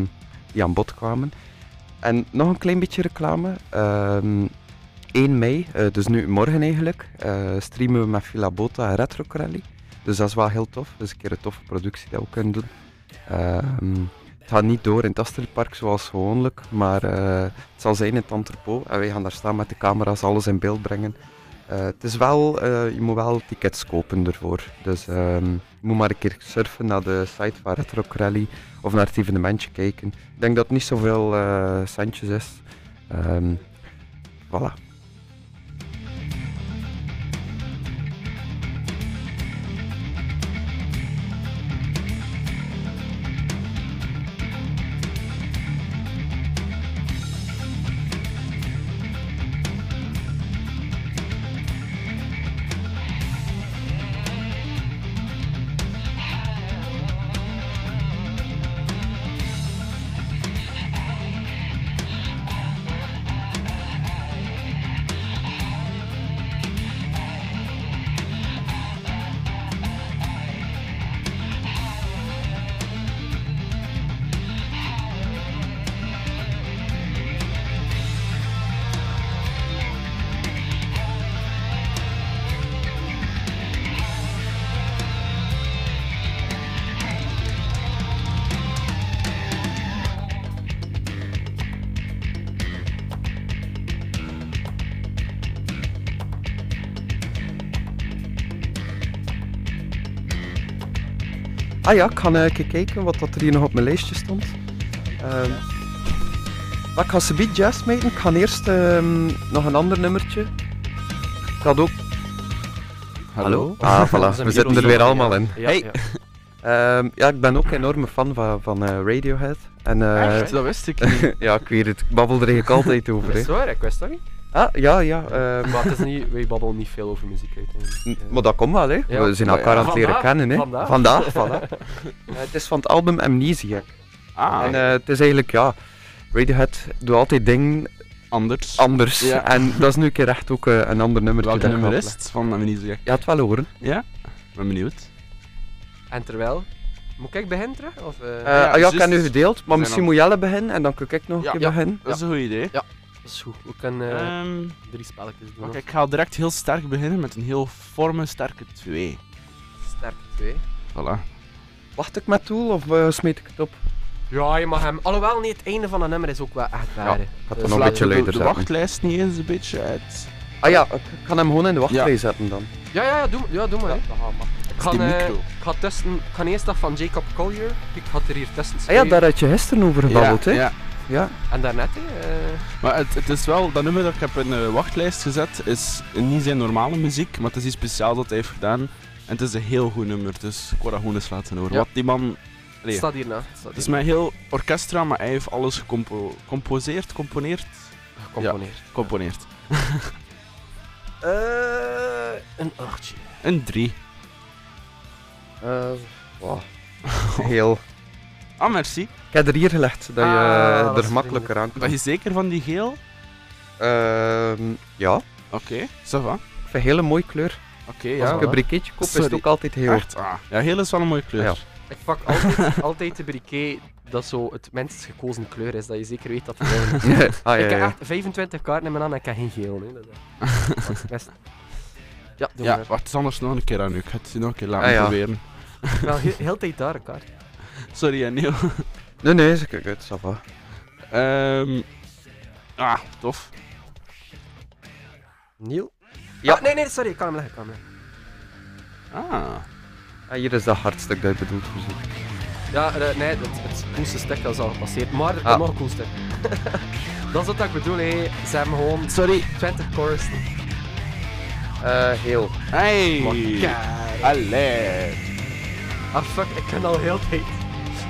die aan bod kwamen. En nog een klein beetje reclame. Ehm 1 mei, eh, dus nu morgen eigenlijk, eh, streamen we met Villa Bota en Retro Rally. Dus dat is wel heel tof. Dus een keer een toffe productie dat we kunnen doen. Ehm, het gaat niet door in het Astelpark zoals gewoonlijk, maar eh, het zal zijn in het entrepot en wij gaan daar staan met de camera's, alles in beeld brengen. Eh, het is wel, eh, je moet wel tickets kopen ervoor. Dus ehm, je moet maar een keer surfen naar de site van Retro Rally of naar het evenementje kijken. Ik denk dat het niet zoveel eh centjes is. Ehm voilà. Ah ja, ik ga eh, een keer kijken wat dat er hier nog op mijn lijstje stond. Ehm maar ik ga ze beat jazz meten. Ik ga eerst ehm, nog een ander nummertje. Dat ook. Hallo? Ah, We zijn voilà. We weer zitten er opnieuw, weer ja. allemaal in. Ja, Hey. ja. Ehm, ja, ik ben ook een enorme fan van, van eh, Radiohead. En, eh, dat wist ik niet. ja, ik weet het. Ik babbel er eigenlijk altijd over. Dat Hè. is waar, ik wist dat niet. Ah, ja, ja. ehm, Maar het is niet, wij babbelen niet veel over muziek uit. N- Maar dat komt wel, hè. Ja. We zijn Maar elkaar ja. aan het leren Vandaag, kennen, hè. vandaag. Vandaag, voilà. Eh, het is van het album Amnesia. Ah, En eh, het is eigenlijk, ja... Radiohead doet altijd dingen anders. anders. Ja. En dat is nu een keer echt ook eh, een ander nummer. Welk nummer is het? Van Amnesia. Ja, het wel horen. Ja? Ik ben benieuwd. En terwijl... Moet ik beginnen terug? Of, eh, Eh, ah ja, ik juist. heb nu gedeeld, maar zijn misschien al- moet Jelle beginnen en dan kan ik nog een Ja, keer ja. beginnen. Dat is een goed idee. Dat is goed. We kunnen eh, Ehm, drie spelletjes doen. wacht, Oké. ik ga direct heel sterk beginnen met een heel forme, sterke 2. Sterk 2. Voilà. Wacht ik met Tool of eh, smeet ik het op? Ja, je mag hem... Alhoewel, nee, het einde van een nummer is ook wel echt waar. hè. Gaat Dus dan nog een laten beetje Laten we de, luider de zetten. wachtlijst niet eens een beetje uit. Ah ja, ik kan hem gewoon in de wachtrij zetten dan. Ja, ja, ja, doe, ja, doe maar. hè. ik, ga, Die eh, micro. ik, ga tussen, ik ga eerst dat van Jacob Collier. Ik had er hier tussen Ah ja, spelen. daar had je gisteren over gebabbeld, ja, hè? ja. Ja. En daarnet, hè. eh, Maar het, het is wel, dat nummer dat ik heb in de wachtlijst gezet, is niet zijn normale muziek, maar het is iets speciaals dat hij heeft gedaan. En het is een heel goed nummer, dus ik wou dat gewoon eens laten horen. Ja. Wat die man... het Nee. staat hierna. Het staat Het is hier met heel orchestra, maar hij heeft alles gecompo- gecomposeerd, componeerd, gecomponeerd. componeerd. Eh, een achtje. Een 3. Eh, wow. Heel. Ah, merci. Ik heb er hier gelegd, dat je eh, Ah, dat er is gemakkelijker aan Ben kan. je zeker van die geel? Ehm, ja, ik Oké, ça va. Oké, vind een hele mooie kleur. Als ja. ik een brikketje koop, is het Sorry. ook altijd heel. Echt? Ah. Ja, geel is wel een mooie kleur. Ja. Ik pak altijd, altijd de briquet dat zo het minst gekozen kleur is, dat je zeker weet dat het bruin is. ah, ja, Ik heb ja. echt 25 kaarten in mijn hand en ik heb geen geel. Nee. Dat is echt- dat is best. Ja, doe ja, maar. wacht, het is anders nog een keer aan u. Ik ga het nog een keer laten Ah, ja. proberen. Wel, heel, heel tijd daar, elkaar. Sorry, hè, Neil. Nee, nee, is oké, het is af. Ehm, ah, tof. Neil? Ja. Ah, nee, nee, sorry, ik kan hem leggen. ik Kan hem leggen. Ah. En hier is dat hartstuk dat je bedoelt voorzien. Ja, eh, nee, het, het coolste stuk dat is al gepasseerd. Maar er komt Ah. nog een cool stuk. dat is wat ik bedoel, hé. Ze hebben gewoon Sorry. 20 chorus. Eh, heel. Hey. Kijk. Allee. Ah, fuck, ik kan al heel tijd.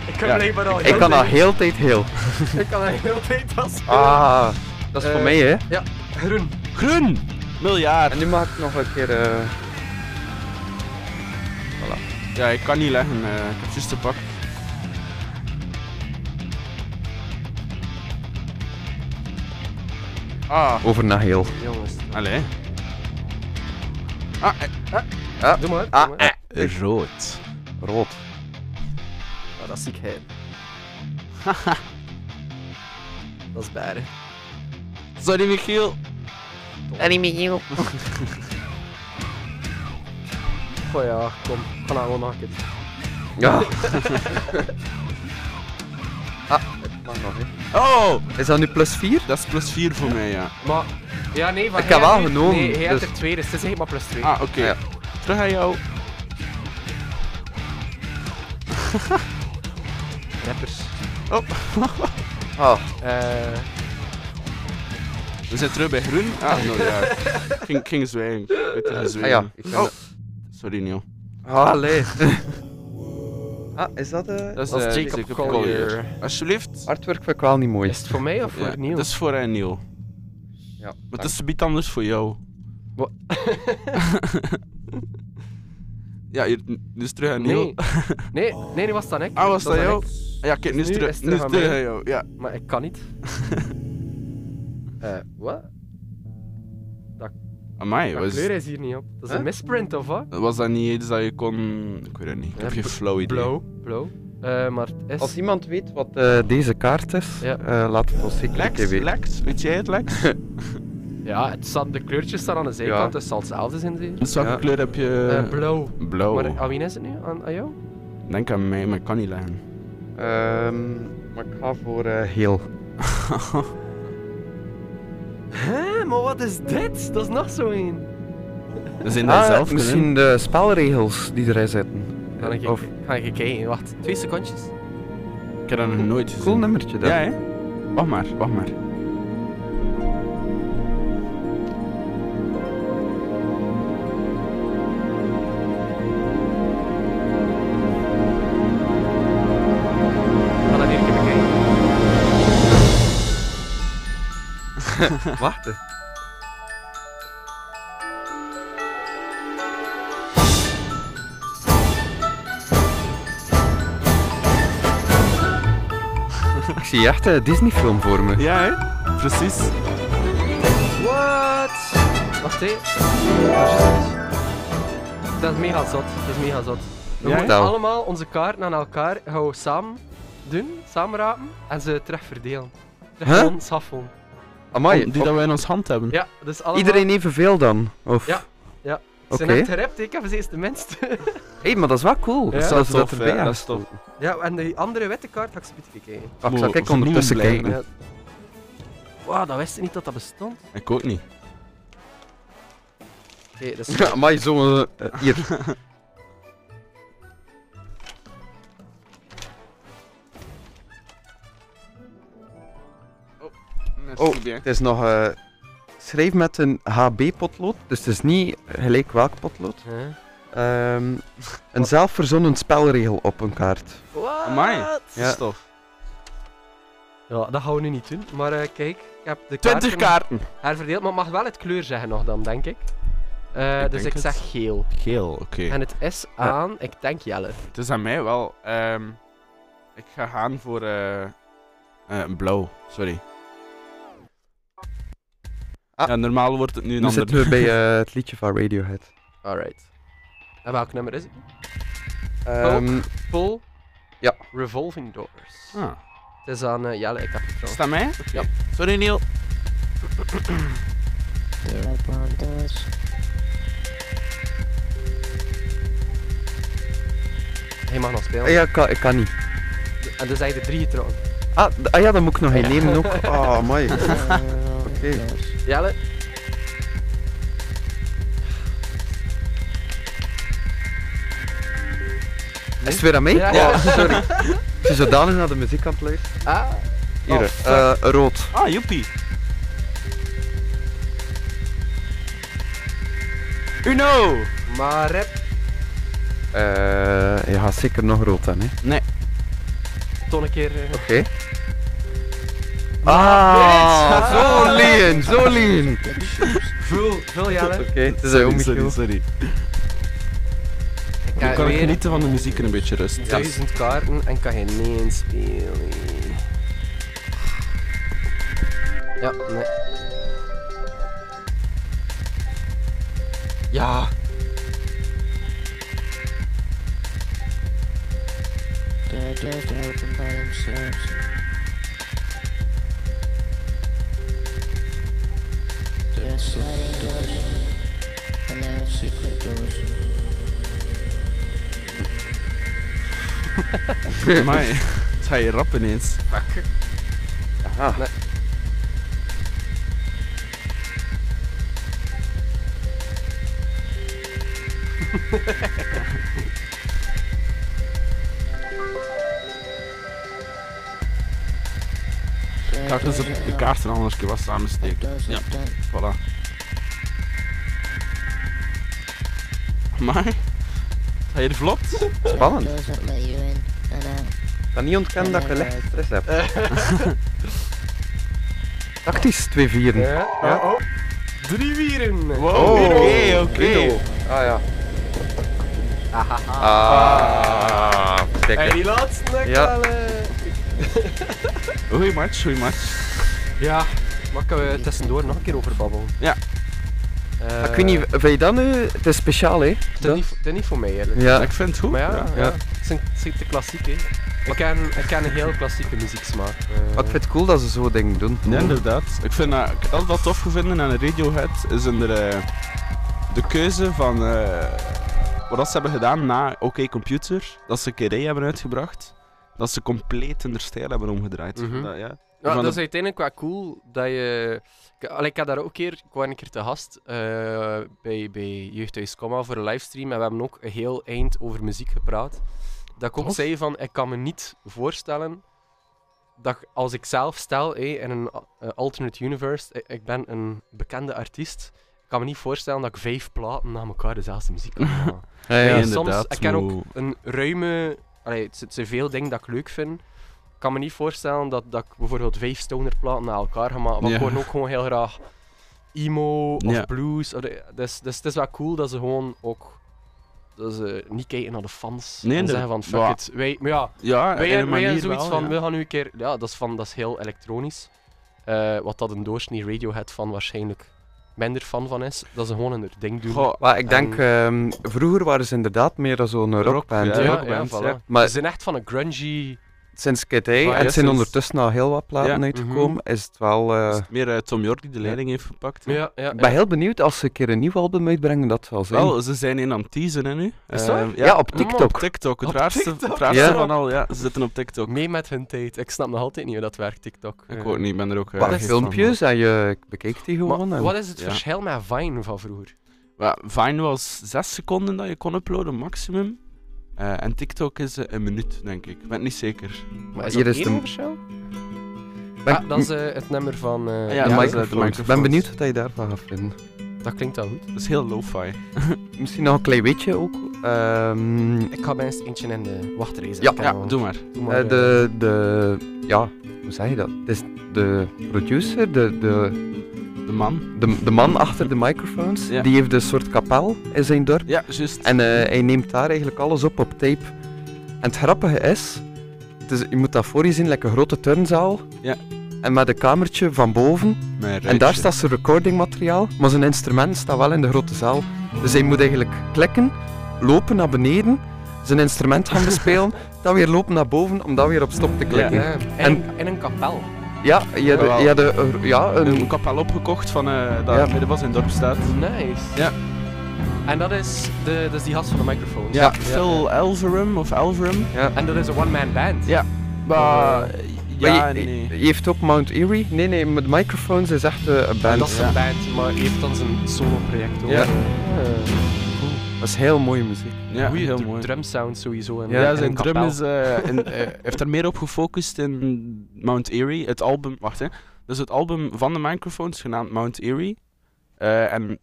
Ik kan Ja, blijkbaar al Ik kan al tijd- heel tijd heel. Ik kan al heel tijd dat spelen. Ah, dat is voor Eh, mij, hè. Ja, groen. Groen. Miljard. En nu mag ik nog een keer... eh, Ja, ik kan niet leggen. eh, ik heb juist te pak. Ah. over naar heel. Jongens, Allee. Ah, eh, Ah, doe maar. Ah, doe maar. eh, rood. rood. Ah, dat is ziek hij. dat is bad. hè. Sorry, Michiel. Goh Oh ja, kom. Ik ga nou gewoon nog een keer. Ja. ah, het mag nog, hè. Oh, Is dat nu plus 4? dat is plus 4 voor mij, ja. Maar, ja, nee, maar Ik jij heb wel hebt nu- genomen, Nee, hij hebt dus- er twee, dus het is helemaal plus twee. Ah, oké. Ja. Terug aan jou. Rappers. Ah, Eh, We zijn terug bij groen. Ah, nou ja. Ik ging, ik ging zwijgen. Ik heb ah gezwegen. ja. Ik ben- Oh. Sorry, Neil. Ah, allee. ah, is dat... eh Dat is, Dat is eh, Jacob Jacob Collier. Collier. Alsjeblieft. Artwork vind ik wel niet mooi. is het voor mij of voor Ja, Neil? Ah, Dat is voor een Neil. Ja, Maar dat is iets anders voor jou. Wat? ja, hier, nu is terug aan Neil. nee. nee, nee, nu was dat ik. Ah, was dat aan jou? ik. Ja, kijk, nu is Dus nu terug is het nu is terug aan terug mij. aan jou. Ja. Maar ik kan niet. Eh, wat? Amai, De was, kleur is hier niet op. Dat is Huh? een misprint of wat? was dat niet iets dat je kon... Ik weet het niet, ik Ja, heb geen bl- flow idee. Blauw, blauw. Eh, maar het is... Als iemand weet wat eh, deze kaart is, Ja. eh, laat het ons zeker een Lex, keer weten. Lex, weet jij het, Lex? Ja, het staat, de kleurtjes staan aan de zijkant, dus het zal hetzelfde zijn zeker. Dus welke Ja. kleur heb je? Eh, blauw. Blauw. Maar aan wie is het nu? Aan, aan jou? Denk aan mij, maar ik kan niet leggen. Ehm, maar ik ga voor eh, heel. Hé, maar wat is dit? Dat is nog zo een. Dus Dat zijn Ah, dat zelf misschien gezien. de spelregels die erin zitten. Ga ik, Of- ga ik kijken, wacht. Twee secondjes. Ik heb dat nog nooit gezien. Cool nummertje dat. Ja, hè? Wacht maar, wacht maar. Ga dat hier een keer bekijken. Wachten. Ik zie echt een Disney-film voor me. Ja, hè? Precies. What? Wacht even. Dat is mega zot. Dat is mega zot. We Ja, moeten hè? allemaal onze kaarten aan elkaar gauw samen doen, samen rapen en ze terug verdelen. Terug Huh? ons schaffen. Amai, die dat wij in ons hand hebben. Ja, dus op- allemaal. iedereen evenveel dan? Of? Ja. Ze Oké. zijn echt gerapt, hè. ik heb ze eerst de minste. Hé, maar dat is wel cool. Ja. dat ze dat Tof, erbij ja, dat hebben. is tof. ja, en die andere witte kaart ga ik ze een keer kijken. Wacht, zal Moet- ik voor ondertussen niemand kijken? Ja. Wauw, dat wist ik niet dat dat bestond. Ik ook niet. Oké, dus... Ja, maar zo... eh, eh, hier. Oh. Goed, hè. Het is nog... eh, schrijf met een HB-potlood, dus het is niet gelijk welk potlood. Huh? Ehm, een Wat? zelfverzonnen spelregel op een kaart. What? Amai. Ja. Dat is tof. Ja, dat gaan we nu niet doen. Maar eh, kijk, ik heb de 20 kaarten. herverdeeld. Maar het mag wel het kleur zeggen nog dan, denk ik. Eh, Ik dus denk ik zeg het. geel. Geel, oké. En het is aan, ik denk Jelle. Het is aan mij wel. ehm, ik ga gaan voor eh eh, blauw, sorry. Ah. Ja, normaal wordt Dus het nu een Nu ander. zitten we bij eh, het liedje van Radiohead. Alright. En welk nummer is het? Ehm, Full Ja. Revolving Doors. Ah. Het is aan eh, Jelle, ik heb het Is al. het aan mij? Ja. Sorry Neil. Revolving doors. Hij mag nog spelen. ah, Ja, ik kan, ik kan niet. En dus zijn er drie getrouwd. Ah, d- ah ja, dan moet ik nog een nemen ook. Ah, mooi. Oké. Jelle? Is het weer aan mij? Ja, ja. Oh, sorry. Ik ben zodanig naar de muziek aan het luisteren. Ah, Hier, Oh, eh, fuck. eh, rood. Ah, joepie. Uno! maar rep. Eh, je gaat zeker nog rood aan, hè. Toon een keer. eh, Oké. Ah, zo lien, zo lien. Vul, vul Jelle. Oké, het is heel sorry, Michiel. sorry. Ik Nu kan kan ik weer genieten van de muziek en een beetje rust. duizend kaarten en kan geen nee in spelen. Ja, nee. Ja. They're just open by themselves. They're sliding doors. And they're secret doors. Maar het ga je rap ineens. Aha. They're Ik ga dus de de kaarten anders keer wat samensteken. doors Ja, of death. voilà. Maar, ga je er vlot? Spannend. Doors that let you in and out. Ik kan niet ontkennen dat ik een lichte stress heb. Tactisch, twee vieren. Ja. Ja. Oh, oh. Drie wieren. Oh. Wow, oké, oké. Ah ja. Ah, En dikke. die laatste nog Ja. wel, eh. Goeie match, goeie match. Ja, maar kunnen we tussendoor nog een keer over babbelen? Ja. Eh, Ik weet niet, vind je dat nu? Het is speciaal, hè? Het is Dat- niet, het is niet voor mij eerlijk. Ja. Ik vind het goed. Maar ja, ja. ja. Het is een- het is te klassiek hè. Ik ken, ik ken een heel klassieke muzieksmaak. Eh, Wat vind het cool dat ze zo dingen doen? Ja, inderdaad. Ik vind dat, ik heb altijd wel tof gevonden aan Radiohead is in de, eh, de keuze van eh, wat dat ze hebben gedaan na OK Computer, dat ze Carré hebben uitgebracht, dat ze compleet in de stijl hebben omgedraaid. Mhm. Dat, ja. Ja, van dat de- is uiteindelijk wel cool dat je. Ik, allee, ik had daar ook een keer, ik was een keer te gast eh, bij, bij Jeugdhuis Comma voor een livestream en we hebben ook een heel eind over muziek gepraat. Dat ik ook Tof. zei van, ik kan me niet voorstellen dat ik- als ik zelf stel hé, in een a- eh, alternate universe, ik, ik ben een bekende artiest, ik kan me niet voorstellen dat ik vijf platen na elkaar dezelfde muziek kan maken. Ja, ja. Nee, En soms, inderdaad, ik ken ook hoe- een ruime... Allee, het zijn- het zijn veel dingen dat ik leuk vind. Ik kan me niet voorstellen dat, dat ik bijvoorbeeld vijf stonerplaten na elkaar ga maken. Want Ja. ik hoor ook gewoon heel graag emo of Ja. blues. Of de- Dus, dus het is wel cool dat ze gewoon ook... Dat ze niet kijken naar de fans. Nee, en inderdaad. zeggen van, fuck Ja. it. Wij, maar ja, Ja, wij in hebben wij een hebben manier zoiets wel, van, ja. we gaan nu een keer... Ja, dat is, van, dat is heel elektronisch. Eh, wat dat een doorsnee Radiohead van waarschijnlijk minder fan van is. Dat ze gewoon hun ding doen. Goh, Maar ik denk, ehm, vroeger waren ze inderdaad meer dan zo'n rockband. ja, hè. ook band, ja. Maar- Maar ze zijn echt van een grungy. Sinds Kitty, Ja, en het zijn sinds- ondertussen al heel wat platen Ja. uitgekomen, is het wel... eh, is het meer eh, Tom York die de leiding heeft gepakt. hè? Ja, ja. Ik ben heel benieuwd als ze een keer een nieuw album uitbrengen, dat zal zijn. Wel, ze zijn in aan het teasen hè, nu. Is dat Eh, waar? ja, op TikTok. Op TikTok, het Op raarste, TikTok? het raarste Ja. van al. Ja, ze zitten op TikTok. Mee met hun tijd. Ik snap nog altijd niet hoe dat werkt, TikTok. Ik Eh, hoor niet, ik ben er ook... eh, Wat geen fan van. filmpjes en je bekijkt die maar gewoon. en- wat is het Ja. verschil met Vine van vroeger? Ja, Vine was 6 seconden dat je kon uploaden, maximum. Eh, en TikTok is eh, een minuut, denk ik. Ik ben het niet zeker. Maar is Hier dat is één de- verschil? Ben- Ah, dat is eh, het nummer van... eh, Ja, de dat is, eh, de microfoons. Ik ben microfoons. benieuwd wat je daarvan gaat vinden. Dat klinkt al goed. Dat is heel lo-fi. Misschien nog een klein beetje ook. ehm, Ik ga bij eens eentje in de wachtrij Ja, zetten. Ja, doe maar. eh, de, de... Ja, hoe zeg je dat? Het is de producer, de, de, De man. de, de man achter de microfoons, Ja. die heeft een soort kapel in zijn dorp. Ja, juist. En eh, hij neemt daar eigenlijk alles op op tape. En het grappige is, het is je moet dat voor je zien, lekker een grote turnzaal. Ja. En met een kamertje van boven. Mijn En daar ruitje. staat zijn recordingmateriaal, maar zijn instrument staat wel in de grote zaal. Dus hij moet eigenlijk klikken, lopen naar beneden, zijn instrument gaan bespelen, dan weer lopen naar boven om dan weer op stop te klikken. Ja, eh, Ja. In, En- in een kapel. je had, je had een- ja, een, een kapel opgekocht van eh dat Ja. midden was in het dorp staat. Nice. Ja. En dat is, de, dat is die gast van de microfoons. Ja, Phil Elverum of Elverum. En dat is een one-man band. Ja. Maar, ja, Maar je, nee. je heeft ook Mount Erie. Nee, nee, met microfoons is echt eh, een En band. dat is een band, maar heeft dan zijn solo-project ook. Ah. Ja. Dat is heel mooie muziek. Ja, Goeie heel dr- mooi. drum sound sowieso. En, Ja, Ja, en zijn een drum kapel. is, eh, in- eh, heeft er meer op gefocust in Mount Erie. Het album, wacht hè. Dat is het album van de microfoons genaamd Mount Erie. Eh, en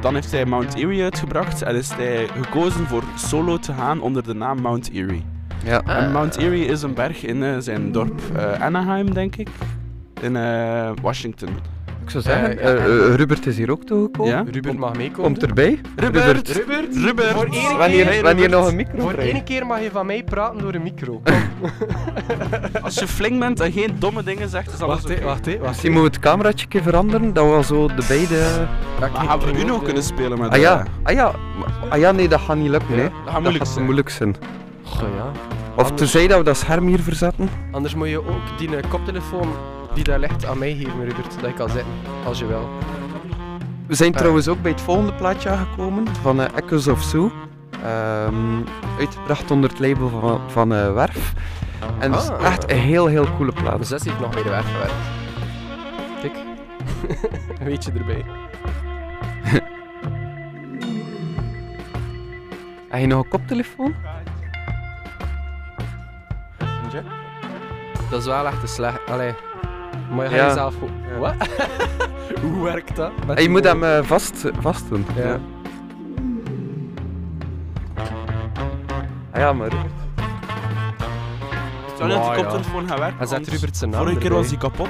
dan heeft hij Mount Erie uitgebracht en is hij gekozen voor solo te gaan onder de naam Mount Erie. Ja. Eh. En Mount Erie is een berg in eh, zijn dorp eh, Anaheim, denk ik. In eh, Washington. Ik zou zeggen, Eh, ja, eh, eh, Rubert is hier ook toegekomen. Ja? Ruben mag meekomen. Komt erbij. Rupert! Rupert, Rupert! Voor één Wanneer, keer, wanneer nog een voor micro één krijgt. keer mag je van mij praten door een micro. Als je flink bent en geen domme dingen zegt, is alles wacht, oké. hè, wacht, hè, wacht. hè. Misschien moeten we het cameraatje een keer veranderen, dat we al zo de beide... Maar gaan we Uno kunnen spelen met Ah ja, eh, ah ja, maar- ah ja nee, dat gaat niet lukken hè. Dat gaat Dat moeilijk gaat zijn. moeilijk zijn. Goh, ja. Of tenzij dat we dat scherm hier verzetten. Anders moet je ook die eh, koptelefoon die daar ligt aan mij geven, Rupert, dat ik kan zetten. Als je wil. We zijn trouwens ook bij het volgende plaatje aangekomen van eh, Echoes of Zoo. Ehm, uitgebracht onder het label van, van eh, Werf. En dat Ah. is echt een heel, heel coole Mijn plaat. zus heeft nog bij de werf gewerkt. Kijk. Een beetje erbij. Heb je nog een koptelefoon? Dat is wel echt een slecht. Allee. Maar je gaat Ja. jezelf ook. Wat? Hoe werkt dat? Met En je die moet hem woorden? eh, vast, vast doen. eh, Ja. Ah ja, maar... Zou net Nou, de ja. koptelefoon gaan werken? Hij zet want Rupert zijn naam Vorige keer erbij. was hij kapot.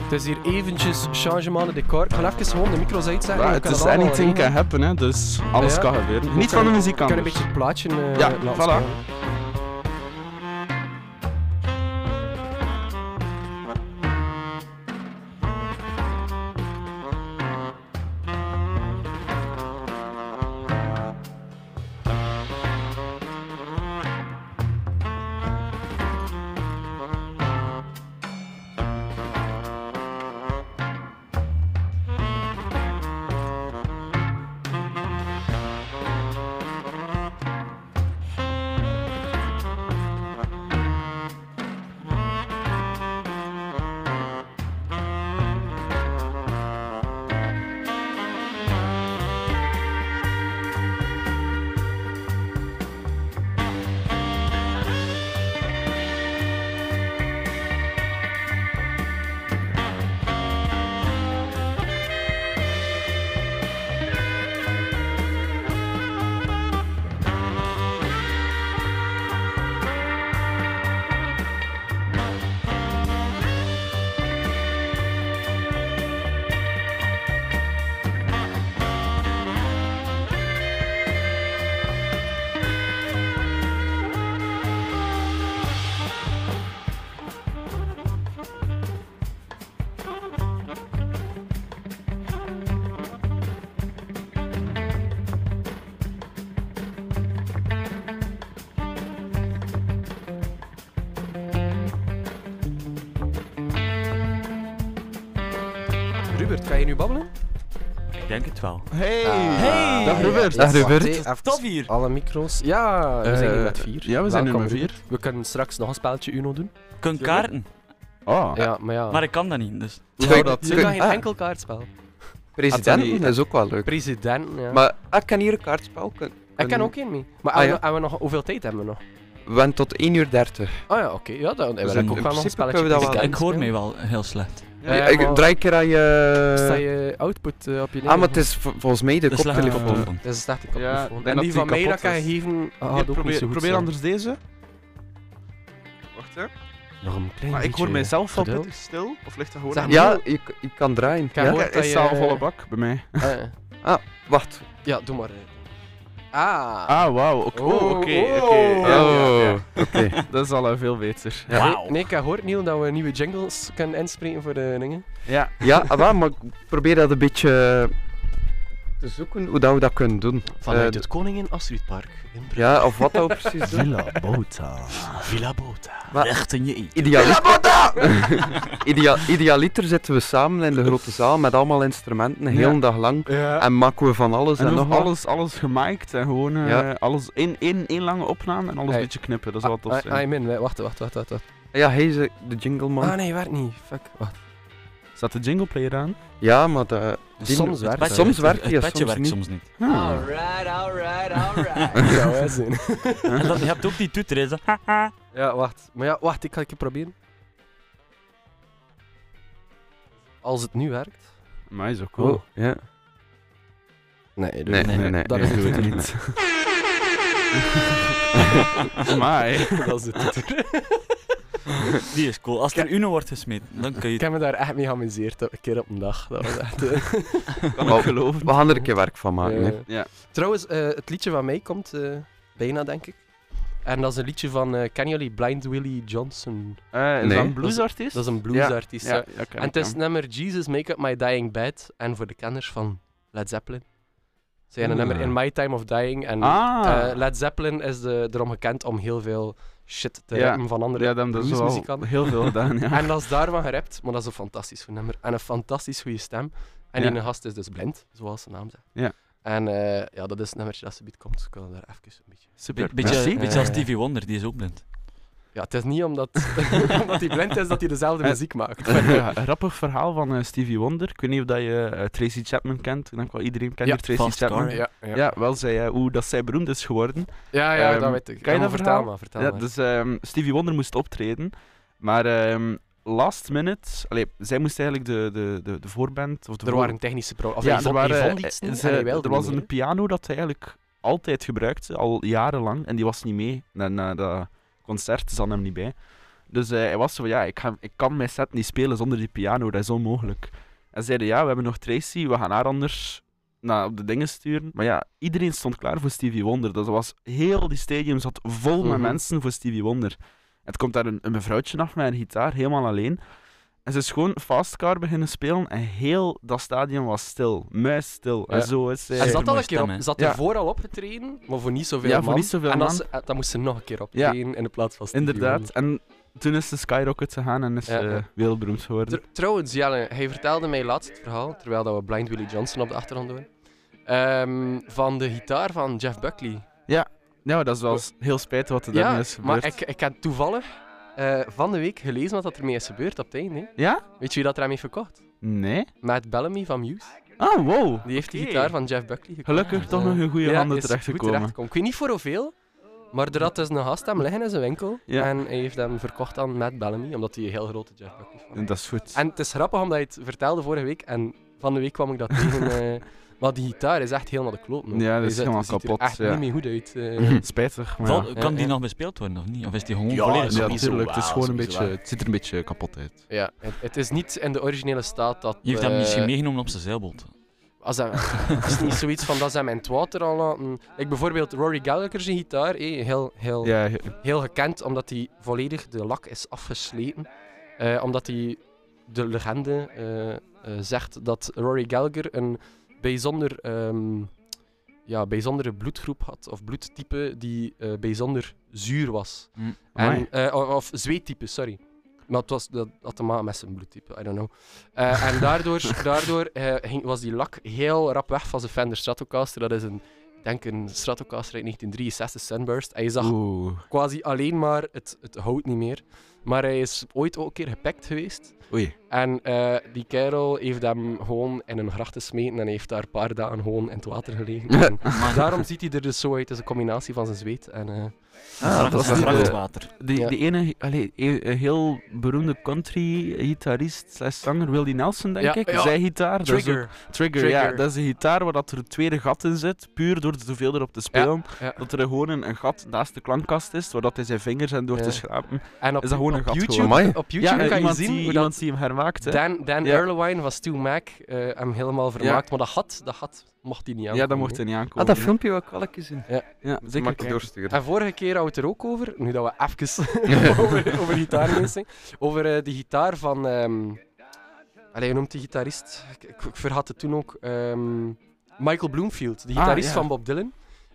Het is hier eventjes changement de decor. Ik ga even gewoon de micro's uitzetten. Ja, we het kunnen is dat allemaal anything regelen. can happen, hè, dus alles Ja. kan gebeuren. kan- Niet van dus. de muziek Ik kan een anders. beetje het plaatje eh, Ja, laten voilà. spelen. Rupert, kan je nu babbelen? Ik denk het wel. Hey! Hey! Dag Rupert! Dag Rupert. Tof hier! Alle micro's. Ja, we zijn hier met vier. Ja, we zijn Welkom, nummer vier. We kunnen straks nog een spelletje Uno doen. Ik kan kaarten, Oh. Ja, maar ja. maar ik kan dat niet. Dus. Hoe zou dat... Je kan geen Ah. enkel kaartspel. President, Anthony- dat is ook wel leuk. President, ja. Maar ah, ik kan hier een kaartspel. kun- ik ken kun- ook één mee. Maar Ah, ja. hebben we- hebben we nog, hoeveel tijd hebben we nog? We zijn tot 1 uur 30. Ah ja, oké. Ja, dan hebben we in ook wel nog een principe spelletje. kunnen we dat Ik, wel President ik hoor mij spelen. wel heel slecht. Ja, Ja, ja, ik- maar- Draai een keer aan Sta je... je output eh, op je neer? Ah, maar het is vo- volgens mij de De slechte koptelefoon. koptelefoon. Dat is een slechte Ja, ik koptelefoon. denk en dat die die van mij dat kapot kan is. geven, Hier, had ook Ah, niet probeer zo goed probeer zijn. anders deze. Wacht hè. Nog een klein Maar ik hoor beetje mijzelf al geduld. pittig stil. Of ligt dat gewoon Zeg aan? maar. Ja, je, k- je kan draaien. Kan ja? hoor. Kijk, hij dat staat je- volle bak bij mij. Ah, ja. Wacht. ja, doe maar. eh. Ah. Ah, wauw. Oké, Oh, oké. oké. oh. Ja, ja, ja. oké. Dat is al eh, veel beter. Ja. Wauw. Nee, ik heb gehoord, Niel, dat we nieuwe jingles kunnen inspreken voor de dingen. Ja. Ja, ah, wel, maar ik probeer dat een beetje... Te te zoeken hoe dat we dat kunnen doen. Vanuit Eh, het Koningin Astridpark in Brugge. Ja, of wat dat we precies doen. Villa Bota. Villa Bota. Maar- Ah. Echt in je eet. Idealiter... Idea- idealiter zitten we samen in de grote zaal met allemaal instrumenten, heel Ja. een dag lang. Ja. En maken we van alles en, En nog nog wat. alles, alles gemaakt en gewoon eh, Ja. alles in één, één lange opname en alles Hey. een beetje knippen. Dat is wat tof Ah, ah, zijn. I'm in. Wacht, wacht, wacht, wacht. wacht. Ja, hij is eh, de jingle man. Ah nee, werkt niet. Fuck. Wacht. Staat de jingle player aan? Ja, maar de... Soms werkt petje- het. soms werkt het. hij, Het petje soms werkt niet. soms niet. Hmm. Alright, alright, alright. Zou wij zijn. En dan, je hebt ook die toeter, hè. zo, haha. Ja, wacht. Maar ja, wacht, ik ga het een keer proberen. Als het nu werkt. Maar is ook cool. Oh, ja. Nee, Nee, nee, nee, nee. dat is doe het het niet. Eh, Amai. dat is het. Die is cool. Als er Uno wordt gesmeten, dan kun je Ik heb me daar echt mee geamuseerd, een keer op een dag. Dat was echt, eh. Kan Oh. ik geloven. We gaan er een keer werk van maken. hè. Eh, Ja. Trouwens, eh, het liedje van mij komt eh, bijna, denk ik. En dat is een liedje van, eh kennen jullie Blind Willie Johnson? Eh, is Nee. dat een bluesartiest? Dat is een bluesartiest. ja, hè. ja, en ken ik, het is ja. het nummer Jesus Make Up My Dying Bed. En voor de kenners van Led Zeppelin. Ze hebben een Ah. nummer In My Time of Dying. En Ah. eh, Led Zeppelin is de, erom gekend om heel veel shit te Ja. rappen van andere ja, dan, dat is wel bluesmuzikanten. heel veel gedaan, ja. En dat is daarvan gerept, maar dat is een fantastisch goed nummer. En een fantastisch goede stem. En Ja. die gast is dus blind, zoals zijn naam zegt. Ja. En eh, ja, dat is het nummertje dat ze biedt komt. Dus ik wil daar even een beetje... Super. Be- beetje, Merci. beetje als Eh. Stevie Wonder, die is ook blind. Ja, het is niet omdat, omdat hij blind is dat hij dezelfde Eh, muziek maakt. Ja, een grappig verhaal van eh, Stevie Wonder. Ik weet niet of dat je eh, Tracy Chapman kent. Ik denk wel iedereen kent Ja, hier Tracy Fast Chapman. Car. Ja, ja. Ja. wel zij, eh, hoe dat zij beroemd is geworden. ja, ja, Ehm, dat weet ik. kan je Ja, dat maar verhaal? vertel maar, vertel Ja, maar. dus ehm, Stevie Wonder moest optreden. Maar ehm, last minute... Allee, zij moest eigenlijk de, de, de, de voorband... Of de Er voor- waren technische problemen. dus- Ja, Of hij er vond- hij waren, vond iets eh, niet ze- en hij wilde Er was niet, een hè. piano dat hij eigenlijk altijd gebruikte, al jarenlang. En die was niet mee. Na, na dat concert zat hem niet bij. Dus eh, hij was zo van, ja, ik, ga, ik kan mijn set niet spelen zonder die piano. Dat is onmogelijk. En zeiden, ja, we hebben nog Tracy, we gaan haar anders naar op de dingen sturen. Maar ja, iedereen stond klaar voor Stevie Wonder. Dus Dat was heel die stadium zat vol met Mhm. mensen voor Stevie Wonder. En het komt daar een, een mevrouwtje af met een gitaar, helemaal alleen. En ze is gewoon fastcar beginnen spelen en heel dat stadion was stil. Muisstil. Ja. En zo is zij... Hij Zeker zat al mooie een keer op, stem, hè. zat Ja. ervoor al opgetreden, maar voor niet zoveel Ja, man. voor niet zoveel en dan man. ze- eh, dan moest ze nog een keer optreden in de plaats van Stevie Inderdaad. Wonder. En toen is de Skyrocket gegaan en is Ja, ze ja. wereldberoemd geworden. Tr- trouwens, Jelle, hij vertelde mij laatst het verhaal, terwijl dat we Blind Willie Johnson op de achtergrond doen, ehm, van de gitaar van Jeff Buckley. Nou, dat is wel s- heel spijtig wat er daarmee ja, is gebeurd. maar ik, ik heb toevallig eh, van de week gelezen wat dat ermee is gebeurd op het einde. hè. Ja? Weet je wie dat er hem heeft verkocht? Nee? Matt Bellamy van Muse. Ah, wow. Die heeft de Oké. gitaar van Jeff Buckley gekocht. Gelukkig Dus, toch eh, nog in goede ja, handen is terechtgekomen. goed terechtgekomen. Ik weet niet voor hoeveel, maar er had dus een gast hem liggen in zijn winkel. Ja. En hij heeft hem verkocht aan Matt Bellamy, omdat hij een heel grote Jeff Buckley fan is. En dat is goed. En het is grappig omdat je het vertelde vorige week en van de week kwam ik dat tegen. eh, maar die gitaar is echt helemaal de kloot. man. Ja, dat Die is zit- helemaal ziet er kapot, echt ja. Mhm. niet meer goed uit. eh. Spijtig, maar ja. Val- ja. kan die ja. nog bespeeld worden of niet? Of is die gewoon volledig Ja, kapot? natuurlijk. Het is gewoon een beetje... sowieso Het ziet er een beetje kapot uit. ja, het, het is niet in de originele staat dat. Je heeft hem eh, misschien meegenomen op zijn zeilboot. Als hij- is het niet zoiets van dat ze hem in het water al laten. Ik bijvoorbeeld Rory Gallagher zijn gitaar, eh, heel, heel, Ja, heel gekend omdat hij volledig de lak is afgesleten. Eh, omdat hij de legende eh, eh, zegt dat Rory Gallagher een bijzonder, ehm, ja, bijzondere bloedgroep had, of bloedtype die eh, bijzonder zuur was. Hm. Amai. En, eh, of, of zweettype, sorry. Maar het was, dat had te maken met zijn bloedtype, I don't know. Eh, en daardoor, daardoor eh, ging, was die lak heel rap weg van zijn Fender Stratocaster. Dat is een, ik denk een Stratocaster uit 1963, Sunburst. En je zag Oeh. quasi alleen maar het, het hout niet meer. Maar hij is ooit ook een keer gepakt geweest. Oei. En eh, die kerel heeft hem gewoon in een gracht gesmeten en hij heeft daar een paar dagen gewoon in het water gelegen. En daarom ziet hij er dus zo uit. Het is een combinatie van zijn zweet en... eh, Ah, dat dat is die, eh, vrachtwater. Die, Ja. die ene, allee, e- een heel beroemde country-gitarist slash zanger, Willie Nelson, denk Ja, ik. ja. Zijn gitaar. dat is ook- trigger. trigger, ja. Trigger. Dat is een gitaar waar dat er een tweede gat in zit, puur door er zoveel erop te spelen. ja. Dat er gewoon een, een gat naast de klankkast is, waar dat hij zijn vingers aan door Ja. te schrapen. En op, Is dat gewoon een op gat YouTube, geworden? Amai. op YouTube kan eh, je iemand zien die, hoe iemand dat die hem hermaakt. hè. Dan, Dan Ja. Erlewine was Stu Mac eh, hem helemaal vermaakt. Maar dat gat, dat gat mocht hij niet aan. ja, dat mocht hij niet aankomen. Ah, dat filmpje wil ik wel een keer zien. Ja, zeker. Mag ik kijken. doorsturen. En vorige keer hadden we het er ook over, nu dat we even over, over gitaar gaan zingen, over eh, de gitaar van... ehm allee, je noemt die gitarist, ik, ik, ik vergat het toen ook, ehm, Michael Bloomfield, de Ah, gitarist ja. van Bob Dylan.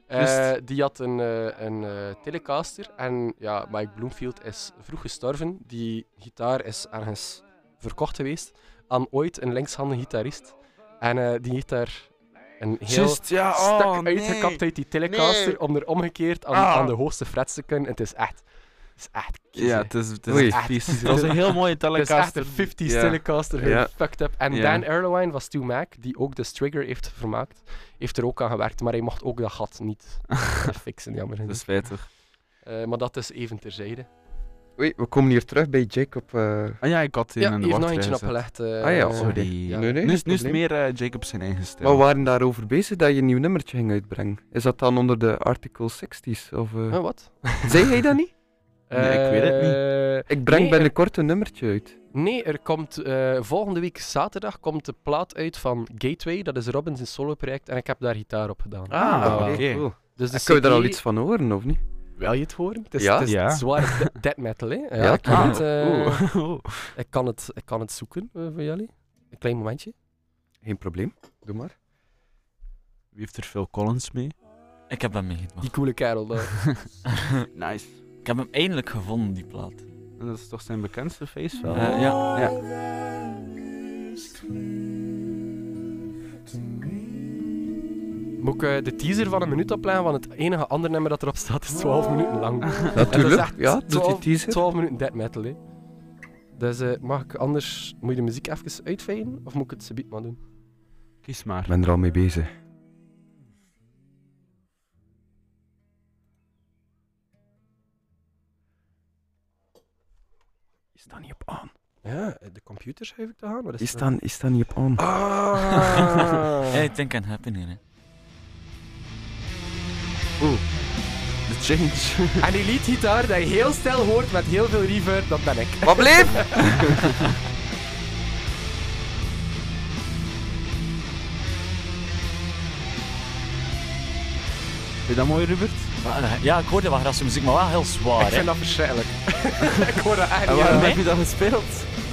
Eh, Juist. die had een, eh, een eh, Telecaster. En ja, Mike Bloomfield is vroeg gestorven. Die gitaar is ergens verkocht geweest aan ooit een linkshandige gitarist. En eh, die heeft daar een heel Just, ja, oh, stak nee. uitgekapt uit die Telecaster Nee. om er omgekeerd aan, Ah. aan de hoogste frets te kunnen. Het is echt... Het is echt kiezen. Ja, het is, het is Oei. echt vies. Dat Dat is is een heel mooie Het is echt telecaster. een 50s Ja. Telecaster, Ja. fucked up. En Ja. Dan Erlewine was toen Mac, die ook de Strigger heeft vermaakt, heeft er ook aan gewerkt, maar hij mocht ook dat gat niet eh, fixen, jammer Dat genoeg. is spijtig. Eh, maar dat is even terzijde. Oei, we komen hier terug bij Jacob. eh, Ah ja, ik had die Ja, in hier heeft de nog wachtrij eentje gezet. opgelegd. eh, ah ja, eh, sorry. Ja. Nee, nee, nu is, nu is het probleem. meer eh, Jacob zijn eigen stijl. Maar we waren daarover bezig dat je een nieuw nummertje ging uitbrengen. Is dat dan onder de Article 60s? Of, eh, eh, wat? Zei hij dat niet? Nee, ik weet het niet. Eh, Ik breng Nee, er- binnenkort een nummertje uit. Nee, er komt eh, volgende week zaterdag komt de plaat uit van Gateway. Dat is Robin's solo-project en ik heb daar gitaar op gedaan. Ah, oké. oké. Cool. Dus de En Kunnen we daar al CD iets van horen, of niet? Wil je het horen? Het is, Ja. het is Ja. zwaar de- death metal, hè? Ja, Ja, ik, kan ah, het, eh, Oeh. Oeh. ik, kan het, ik kan het zoeken eh, voor jullie. Een klein momentje. Geen probleem. Doe maar. Wie heeft er Phil Collins mee? Ik heb hem meegemaakt. Die coole kerel daar. Nice. Ik heb hem eindelijk gevonden, die plaat. En dat is toch zijn bekendste face wel? Eh, ja. Moet ik eh, de teaser van een minuut opleggen, want het enige andere nummer dat erop staat is 12 minuten lang. Natuurlijk. echt Ja, doet die twaalf- teaser. 12 minuten death metal, hè? Dus eh, mag ik anders... Moet je de muziek even uitvijnen? Of moet ik het subiet maar doen? Kies maar. Ik ben er al mee bezig. Is dat niet op aan? Ja, eh, de computer schuif ik te gaan. Wat is Is dat? dat, is dat niet op aan? Ah. I think I'm happy hier, hè. The Change. En die leadgitaar dat je heel snel hoort met heel veel reverb, dat ben ik. Wat bleef? Vind je dat mooi, Rupert? Maar, eh, Ja, ik hoorde wel graag muziek, maar wel heel zwaar, Ik hè. vind dat verschrikkelijk. ik hoor dat echt En niet waarom aan. heb je dat gespeeld?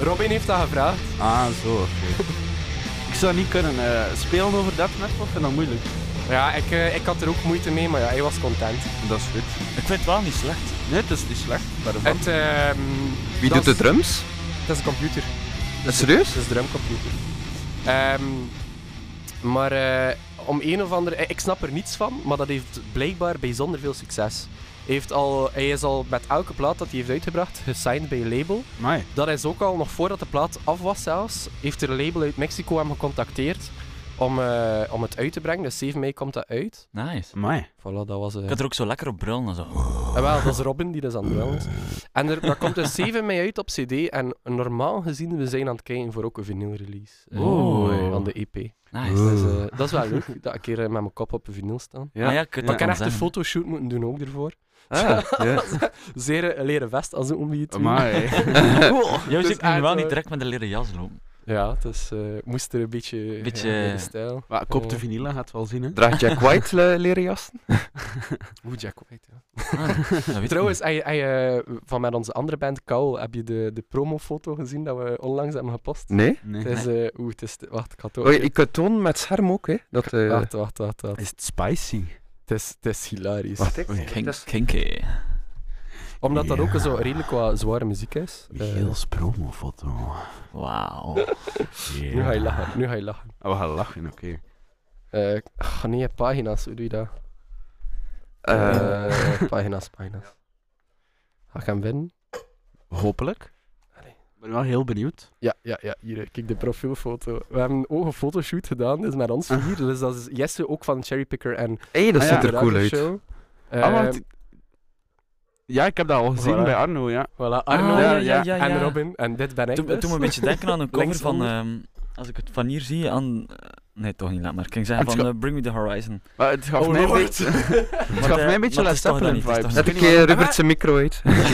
Robin heeft dat gevraagd. Ah, zo. oké. ik zou niet kunnen eh, spelen over dat metal, vind dat moeilijk. Ja, ik, eh, ik had er ook moeite mee, maar ja, hij was content. Dat is goed. Ik vind het wel niet slecht. Nee, dat is niet slecht. Maar Het, ehm, Wie dat doet de is- drums? Dat is een computer. Serieus? Dat is een drumcomputer. Ehm, maar eh, om een of andere... Ik snap er niets van, maar dat heeft blijkbaar bijzonder veel succes. Hij, heeft al, hij is al met elke plaat dat hij heeft uitgebracht gesigned bij een label. Mai. Dat is ook al nog voordat de plaat af was zelfs, heeft er een label uit Mexico hem gecontacteerd om, eh, om het uit te brengen. Dus 7 mei komt dat uit. Nice. Mai. Voilà, dat was... eh Ik had er ook zo lekker op brullen en zo. Ah, wel, dat is Robin die dus aan het bellen is. En er, dat komt dus 7 mei uit op CD. En normaal gezien, we zijn aan het kijken voor ook een vinyl release. Oeh. Aan de EP. Nice. Dus, eh, dat is wel leuk, dat ik hier eh, met mijn kop op een vinyl staan. Ah ja, ik kan Maar ik heb echt een fotoshoot moeten doen ook ervoor. Ah, ja. Zeer eh, leren vest als een om die het doen. Mai. Het Jou zit is nu Dus wel echt, niet eh, direct met een leren jas lopen. Ja, het is, eh, moest er een beetje, Beetje, eh, in de eh, stijl. Maar kop de vanilla gaat wel zien, hè? Draagt Jack White le- leren jassen? Oeh, Jack White, ja. Ah, dat weet ik niet. Trouwens, hij, hij, eh, van met onze andere band, Kaul, heb je de, de promofoto gezien dat we onlangs hebben gepost? Nee. Nee. Het is, eh, oeh, het is, wacht, ik had het ook Oei, ik kan tonen met scherm ook, hè. Dat, eh, Wacht, wacht, wacht, wacht. Is het spicy? Het is, het is hilarisch. Wacht, ik- Oei, dat Kink, is- kinky. Omdat dat Ja. ook zo redelijk qua zware muziek is. Eh, Michiels promofoto. Wauw. nu ga je lachen, nu ga je lachen. Oh, we gaan lachen, oké. Eh, ach, nee, pagina's, hoe doe je dat? eh, Eh, pagina's, pagina's. Ga ik hem winnen? Hopelijk. Allee. Ik ben wel heel benieuwd. Ja, ja, ja, hier, kijk de profielfoto. We hebben ook een fotoshoot gedaan, dus met ons vier. Dus dat is Jesse ook van Cherrypicker en hey, dat Ah, ziet ja. er cool uit. Show. Eh, Ah, wacht. Ja, ik heb dat al gezien voilà. bij Arno, ja. Voilà, Arno Ah, ja, en Robin. En dit ben ik Doe, dus. doe me een beetje denken aan een cover van... Linksonder. ehm, als ik het van hier zie, aan... eh, Nee, toch niet, laat maar. Ik ging zeggen Het van ga- eh, Bring Me The Horizon. Maar het gaf Oh, mij een Lord. beetje... Het gaf eh, mij een beetje maar Led het is toch dat Zeppelin niet, het is vibes. toch Zet ik eh, Rupert zijn micro uit. Ah,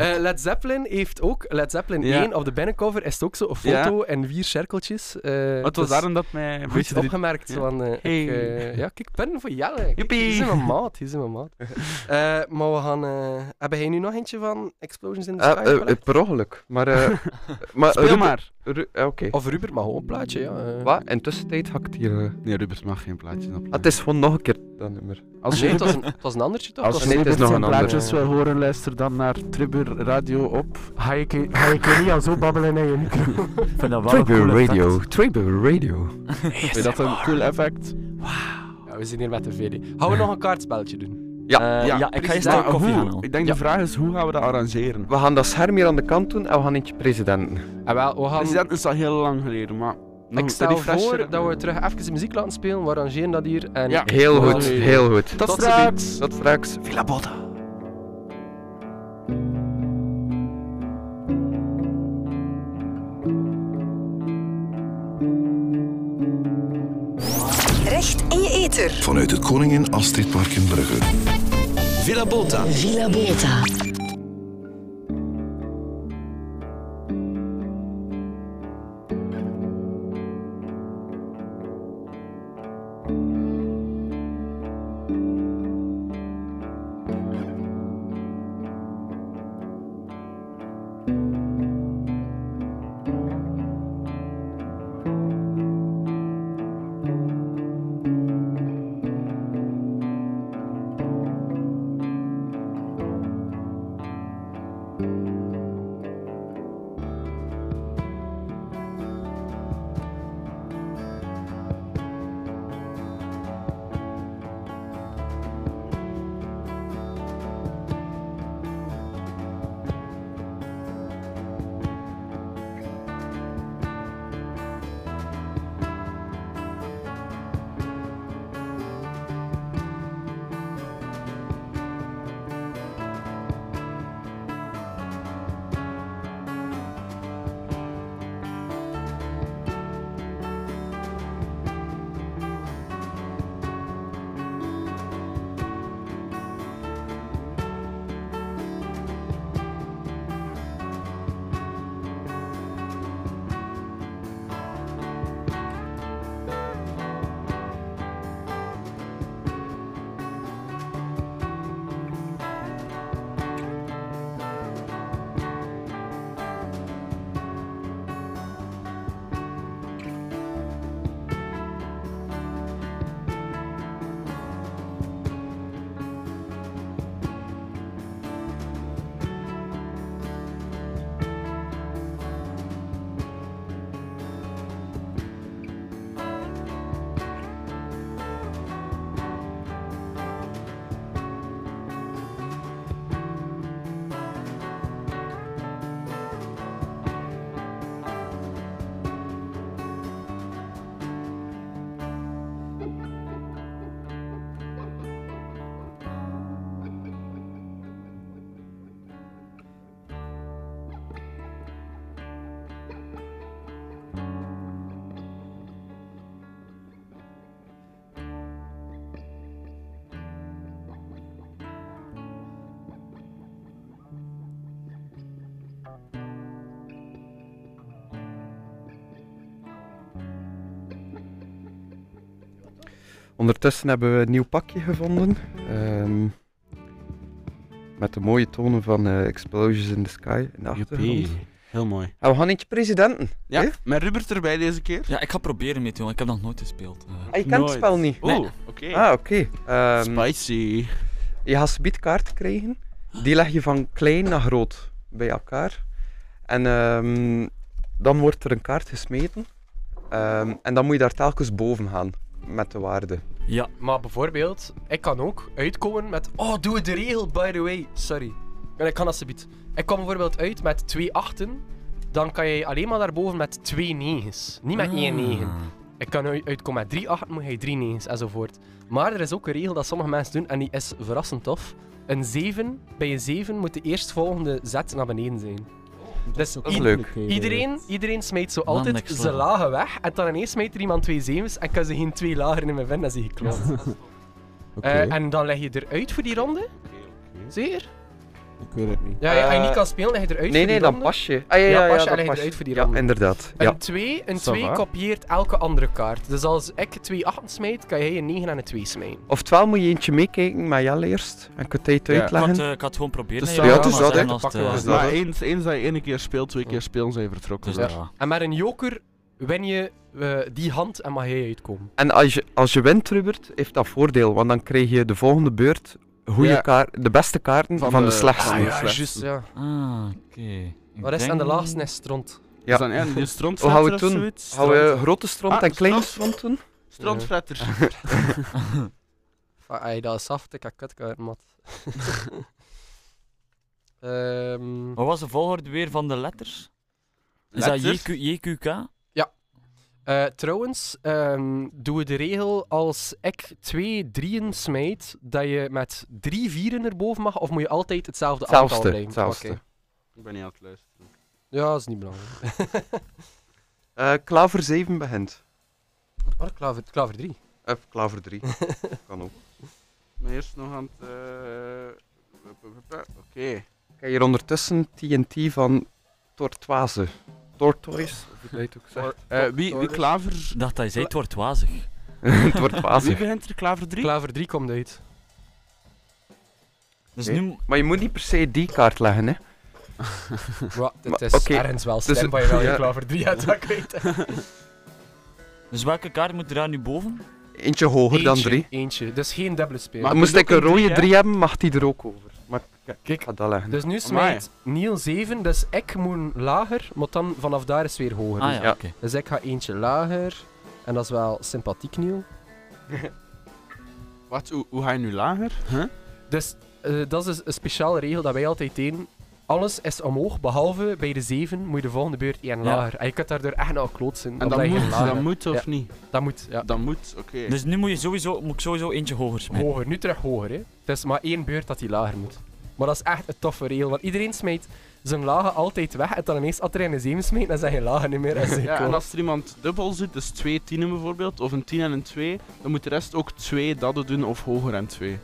Eh, Led Zeppelin heeft ook, Led Zeppelin Ja. 1 op de binnencover is het ook zo een Ja. foto en vier cirkeltjes. eh, Maar het was dus daarom dat mij een Goed beetje... erin- opgemerkt, Ja. van, eh, ik, Hey. eh, ja, kijk, punten voor Jelle. Kijk, Joepie. Hier zijn mijn maat, hier zijn mijn maat. Eh, maar we gaan... eh, hebben jij nu nog eentje van Explosions in the Ah, Sky? eh, eh, gelegd? per ongeluk. Maar, eh maar Speel Rupert- maar. Ru- eh, Oké. of Rupert mag ook een plaatje, ja. eh. Wat? Intussen tijd hakt hier. eh. Nee, Rubert mag geen plaatjes op. Ah, het is gewoon nog een keer dat nummer. Als Nee, je het was een, het was een andertje toch? Als Het nee, was het is nog een ander. plaatjes wil horen, luister dan naar Tribur Radio op. Ga ik ga ik hier niet al zo babbelen naar je micro. Ik vind dat wel een Tribu cool Radio. effect. Tribu Radio. Vind je dat een cool effect? Ja, we zijn hier met de VD. Gaan we nog een kaartspelletje doen? Ja, Eh, ja, ja, ik ga precies. eerst een Maar koffie hoe? gaan halen. Ik denk de vraag is, hoe gaan we dat arrangeren? We gaan dat scherm hier aan de kant doen en we gaan eentje presidenten. En Ah, wel, we gaan... President is al heel lang geleden, maar... nou, nog Ik een stel refresher. voor dat we terug even de muziek laten spelen. We arrangeren dat hier. En Ja. Heel we goed, gaan- heel goed. Tot straks! Tot straks. Villa Recht in je eter. Vanuit het Koningin Astrid Park in Brugge. Villa Bota. Villa Bota. Ondertussen hebben we een nieuw pakje gevonden. ehm, met de mooie tonen van eh, Explosions in the Sky in de achtergrond. Joepie. Heel mooi. En we gaan eentje Ah, presidenten. Ja, Hè? met Rubert erbij deze keer. Ja, ik ga proberen mee te doen, ik heb nog nooit gespeeld. Eh, Ah, je kent het Nooit. spel niet. Oeh, Nee. oké. Ah, oké. Ehm, Spicy. je gaat subiet kaarten krijgen. Die leg je van klein naar groot bij elkaar. En ehm, dan wordt er een kaart gesmeten. Ehm, en dan moet je daar telkens boven gaan met de waarde. Ja, Maar bijvoorbeeld, ik kan ook uitkomen met. Oh, doe het de regel, by the way. Sorry. En ik kan alsjeblieft. Ik kom bijvoorbeeld uit met twee achten. Dan kan je alleen maar daarboven met twee negens. Niet met één Ah. negen. Ah. Ik kan u- uitkomen met drie achten, moet je drie negens enzovoort. Maar er is ook een regel dat sommige mensen doen en die is verrassend tof. Een 7, bij een 7 moet de eerstvolgende zet naar beneden zijn. Dus Oh, Dat is i- leuk. Iedereen, iedereen smijt zo Man, altijd next ze level. lagen weg en dan ineens smijt er iemand twee zevens en kan ze geen twee lager meer vinden en ze geklopt. Eh, en dan leg je eruit voor die ronde? Zeker? Ik weet het niet. Ja, ja, als je Eh, niet kan spelen, leg je eruit Nee, voor die nee, dan ronde. pas je. Ah, ja, ja, Ja, ja, pas je, dan leg je pas eruit voor die Ja, ronde. inderdaad. Ja. Een 2 een Ça twee va. kopieert elke andere kaart. Dus als ik twee 8 smijt, kan jij een 9 en een 2 smijten. Oftewel moet je eentje meekijken met Jelle eerst. En kun je het Ja. ik had, uitleggen. eh, ik had gewoon proberen. Dus hè, ja, ja, het is maar dat, hè. zijn als het, Pakken we eh, eens. dat Maar ook? eens, eens dat je één keer speelt, twee keer spelen, zijn je vertrokken. Dus Ja. ja. En met een joker win je eh, die hand en mag jij uitkomen. En als je, als je wint, Rubert, heeft dat voordeel, want dan krijg je de volgende beurt goede Ja. kaart, de beste kaarten van, de, slechtste. Ah, ja, juist, ja. Ah, oké. Ik Maar de rest denk- en de laatste is stront. Ja. Is dan ja, die Hoe gaan we het strontfretter of doen? zoiets? Gaan we grote stront Ah, en kleine stront doen? Strontfretter. Ah, ey, dat is af, ik heb kutkaart, mat. Ehm, Oh. Wat was de volgorde weer van de letters? Is Letters? dat JQ, JQK? eh, trouwens, ehm, doen we de regel als ik twee drieën smijt, dat je met drie vieren erboven mag, of moet je altijd hetzelfde aantal Hetzelfde, blijven? hetzelfde. Oké. Ik ben niet aan het luisteren. Ja, dat is niet belangrijk. Eh klaver 7 begint. Maar klaver, klaver 3. Of klaver 3. kan ook. Maar eerst nog aan het... eh, wup, wup, wup, Oké. Ik heb hier ondertussen TNT van Tortoise. Tortoise, of hoe dat je het ook zegt. Eh, wie, wie klaver... Ik dacht dat je zei, het wordt wazig. Tortoise. Wie begint er klaver 3? Klaver 3 komt uit. Dus Oké. nu... Maar je moet niet per se die kaart leggen, hè. Wat, het Maar, is oké, ergens wel dus- slim, maar je wel je ja. klaver 3 uit dat weet. Dus welke kaart moet er daar nu boven? Eentje hoger dan Eentje, drie. Eentje, dus geen dubbele speel. Maar moest ik een rode drie hebben, mag die er ook over. Maar ik- ik ga dat leggen. Dus nu Amai. smijt Niel 7, dus ik moet lager, maar dan vanaf daar is weer hoger. Ah ja, Ja. oké. Dus ik ga eentje lager. En dat is wel sympathiek nieuw. Wat, hoe, hoe ga je nu lager? Huh? Dus eh, dat is dus een speciale regel dat wij altijd deden. Alles is omhoog, behalve bij de 7 moet je de volgende beurt één lager. En je kunt daardoor echt nog klootsen. En omdat dat je moet, geen lager dat hebt. moet of Ja. niet? Dat moet, ja. Dat moet, oké. Dus nu moet, je sowieso, moet ik sowieso eentje hoger smijten. Hoger, nu terug hoger. Hè. Het is maar één beurt dat hij lager moet. Maar dat is echt een toffe regel, want iedereen smijt zijn lagen altijd weg. En dan ineens, als er een 7 smijt, dan zijn je lagen niet meer. En ze Ja, en kloot. als er iemand dubbel zit, dus twee tienen bijvoorbeeld, of een tien en een twee, dan moet de rest ook twee dadden doen of hoger en twee.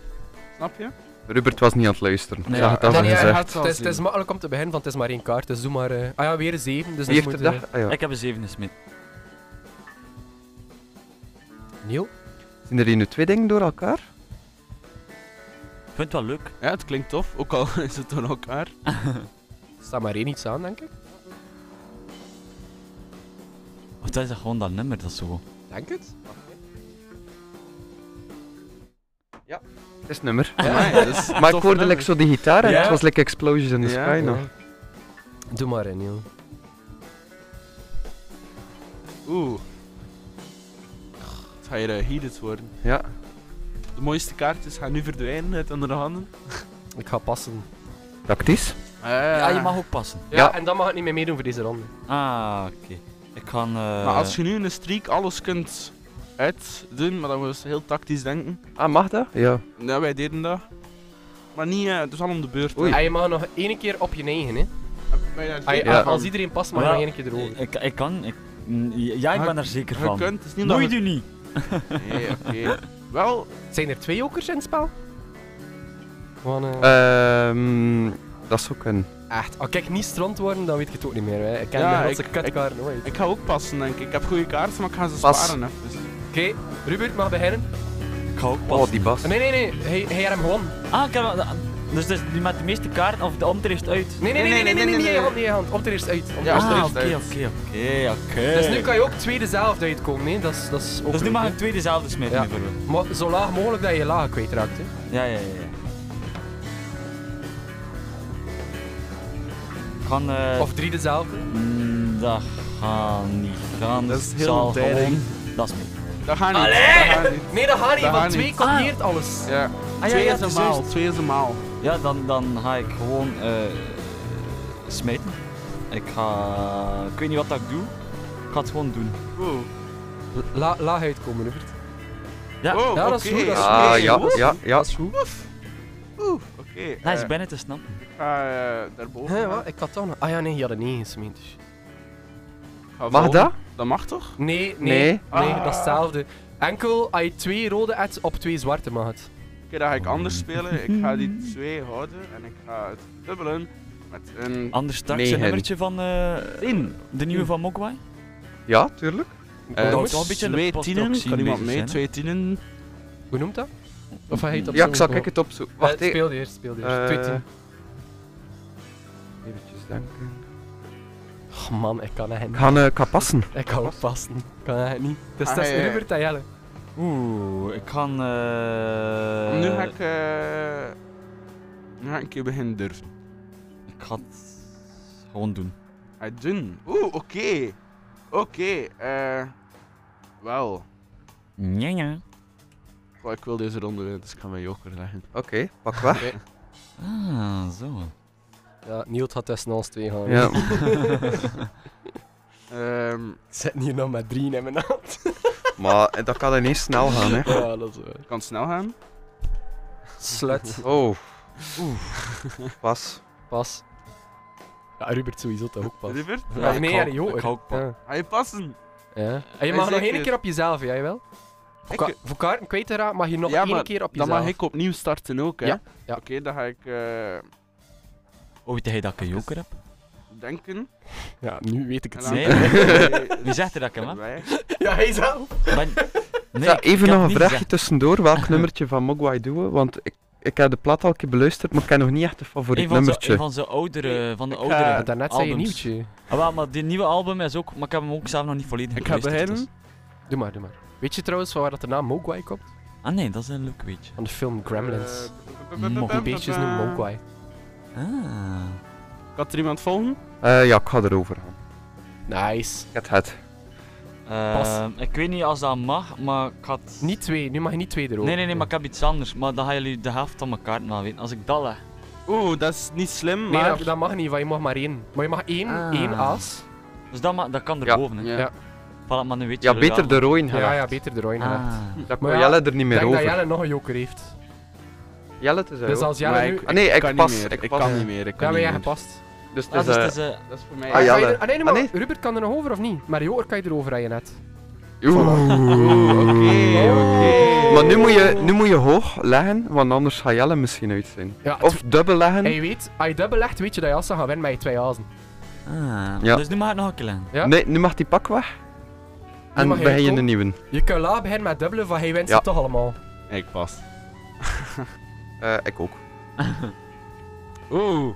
Snap je? Rubert was niet aan het luisteren. Nee, ik zag het al Nee, nee, gezegd. gaat wel Het is, het is zien. makkelijk om te beginnen, want het is maar één kaart. Dus doe maar. eh, ah ja, weer een 7. Dus Wie heeft moet, er eh, dag? Ah, ja. Ik heb een zeven gesmeten. Neil? Zijn er hier nu twee dingen door elkaar? Ik vind het wel leuk. Ja, het klinkt tof, ook al is het door elkaar. Er staat maar één iets aan, denk ik. Of dat is dat gewoon dat nummer, dat is zo. Denk het. Het is nummer. Amai, dat is een Maar ik tof hoorde nummer. like, zo die gitaar en Ja. het was like Explosions in the Ja. Sky nog. Doe maar, hè, Neil. Oeh. Het gaat hier eh, heated worden. Ja. De mooiste kaartjes gaan nu verdwijnen uit andere handen. Ik ga passen. Tactisch. Eh. Ja, Ah, je mag ook passen. Ja, en dan mag ik niet meer meedoen voor deze ronde. Ah, oké. Ik ga... eh, Maar als je nu in een streak alles kunt uitdoen, maar dan moet je heel tactisch denken. Ah, mag dat? Ja. Ja, wij deden dat. Maar niet, eh, het is al om de beurt. Oei. En Ah, je mag nog één keer op je eigen, hè. Ah, ja, Ja. Als iedereen past, mag je Ja. nog één keer erover. Ik, ik kan... Ik, mm, ja, ik Maar ben er zeker Je van. kunt, het is niet dat Moet je- je niet. Nee, oké. Wel, eh, Zijn er twee jokers in het spel? Want, eh, Ehm, dat is ook een. Echt, als ik niet stront worden, dan weet ik het ook niet meer. Hè. Ik ken Ja, de grootste ik- kutkaart nooit. ik ga ook passen, denk ik. Ik heb goede kaarten, maar ik ga ze Pas. sparen. Even. Dus. Oké, Rupert mag beginnen. Ik ga ook Oh, passen. die bas. Nee, nee, nee, hij, hij had hem gewonnen. Ah, ik heb... ah, Dus dat is die met de meeste kaarten of de omterecht uit. Nee, nee, nee, nee, nee, nee, nee, nee, hand, nee, hand. Om er eerst uit. Om Ja, er eerst ah, uit. oké, oké, oké, oké. Dus nu kan je ook twee dezelfde uitkomen, nee, dat is, dat is ook Dus nu leuk, mag hè. ik twee dezelfde smijten, Ja. bijvoorbeeld. Maar zo laag mogelijk dat je je laag kwijtraakt. Hè. Ja, ja, ja. ja. Ik ga... eh, Of drie dezelfde. Mm, Dat gaat niet gaan. Dat is Ik heel zal ontdering. gewoon- Dat is mee. Dat gaat niet. Dat gaat niet. Nee, dat gaat niet, Dat want gaat twee niet. kopieert alles. Ja. Ah, ja, twee is ja, het een is maal. juist. Twee is een maal. Ja, dan, dan ga ik gewoon eh smijten. Ik ga... Ik weet niet wat dat ik doe. Ik ga het gewoon doen. Wow. La, laag uitkomen, Rupert. Ja, Wow, ja, dat is oké. goed, dat is Ah, goed. ja, ja, ja. Dat is goed. Oeh, oké. nice, eh, ik ben het te snappen. ik ga eh, daarboven. Hé, gaan. wat? Ik had toch nog... Ah ja, nee, je had het niet gesmeend. Ik ga Mag volgen. dat? Dat mag toch? Nee, nee, nee, Nee. dat is hetzelfde. Enkel als je twee rode ads op twee zwarte maakt. Oké, dan ga ik anders spelen. Ik ga die twee houden en ik ga het dubbelen met een... Anders straks Negen. een nummertje van eh In. de nieuwe van Mogwai. Ja, tuurlijk. dat Eh, moet wel een beetje in de twee post ook tienen. zien Kan iemand bezig mee? zijn, hè? Twee tienen. Hoe noemt dat? Of hij heet dat Ja, ik zal zo? ik het opzoeken. Eh, Wacht even. Speel die eerst, speel die eerst. Eh, Twee tien. Eventjes denken. Oh, man, ik kan echt Ik niet. ga, eh, ik ga passen. Ik kan ook passen. Ik kan echt niet. Dus Ah, dat is ja, ja. Hubert en Jelle. Oeh, ik kan. eh nu ga ik... eh, nu ga ik een keer beginnen durven. Ik ga het gewoon doen. Hij doen. Oeh, oké. Oké, eh... Wauw. Ja, ja. Goh, Ik wil deze ronde winnen, dus ik ga mijn joker leggen. Oké, pak wat. Ah, zo. Ja, Niels had tussen ons twee gaan. Ja. Ehm, Ik zit hier nog met drie in mijn hand. Maar eh, dat kan ineens snel gaan, hè. Ja, dat is waar. kan het snel gaan? Slut. Oh. Oeh. Pas. Pas. Ja, Rubert sowieso toch ook pas. Rupert? Ja, ik nee, hou- ja, die joker. ik hou ook pas. Ja. Ga je passen? Ja. En je mag nog Zeker. één keer op jezelf, hè, jij wel? Voor, Ik- ka- voor kaarten kwijt te raken mag je nog Ja, maar één keer op Dan jezelf. mag ik opnieuw starten ook, hè? Ja, ja. Oké, dan ga ik eh, Oh, weet jij dat ik een joker heb? denken. Ja, nu weet ik En het dan- Nee. Nee, Wie zegt er dat ik hem heb? wij. Ja, hij zelf. Ben... Nee, Zo, ik- ik even heb nog een niet vraagje gezegd. tussendoor. Welk nummertje van Mogwai doen we? Want ik, ik heb de plaat al een keer beluisterd, maar ik ken nog niet echt een favoriet Een van, zo, nummertje. een van zijn oudere, van de oudere Ja, daarnet zei je albums. nieuwtje. Ah, wel, maar die nieuwe album is ook, maar ik heb hem ook zelf nog niet volledig dus- Ik ga beluisterd, beginnen. Doe maar, doe maar. Weet je trouwens van waar dat de naam Mogwai komt? dus. Ah nee, dat is een leuk weetje. Van de film Eh, Gremlins. Mo- Die beestjes noemen Mogwai. Ah. Kan er iemand volgen? Eh, ja, ik ga erover gaan. Nice. Het het. Ehm, ik weet niet als dat mag, maar ik had... Niet twee, nu mag je niet twee erover. Nee, nee, nee, maar ik heb iets anders. Maar dan gaan jullie de helft van mijn kaart maar weten. Als ik dat leg. Oeh, dat is niet slim, Nee, maar... dat, dat mag niet, want je mag maar één. Maar je mag één, Ah. één as. Dus dat, ma- dat kan Ja. erboven, hè. Ja. Ja. Voilà, maar dan weet je Ja, jullie beter de wel. rooien Ja, gaan. ja, beter de Roy inderdaad. Ah. Dat Maar kan ja, Jelle er niet Ik meer denk dat over. Jelle nog een joker heeft. Jelle het is er Dus ook. als Jelle Maar nu... ik- Ah, nee, ik, kan niet pas. meer, Ik, ik pas. kan niet meer, ik Ja, kan maar niet jij meer. gepast. Dus het Ah, is, dus eh, het is, eh, Dat is voor mij... Ah, ja. Ga je Jelle. er- Ah, nee, nee, maar Ah, nee. Rupert kan er nog over of niet? Maar Joker kan je erover rijden net. Oeh. Oeh, oké, oké. Maar nu moet, je, nu moet je hoog leggen, want anders ga Jelle misschien uit zijn. Ja, Of dubbel leggen. En je weet, als je dubbel legt, weet je dat je Assen gaat winnen met je twee azen. Ah. Ja. Dus nu mag ik nog een keer leggen. Ja. Nee, nu mag die pak weg. En mag je begin je komen. een nieuwe. Je kan laat beginnen met dubbelen, van hij wint Ja. ze toch allemaal. Ik pas. Eh, ik ook. Oeh.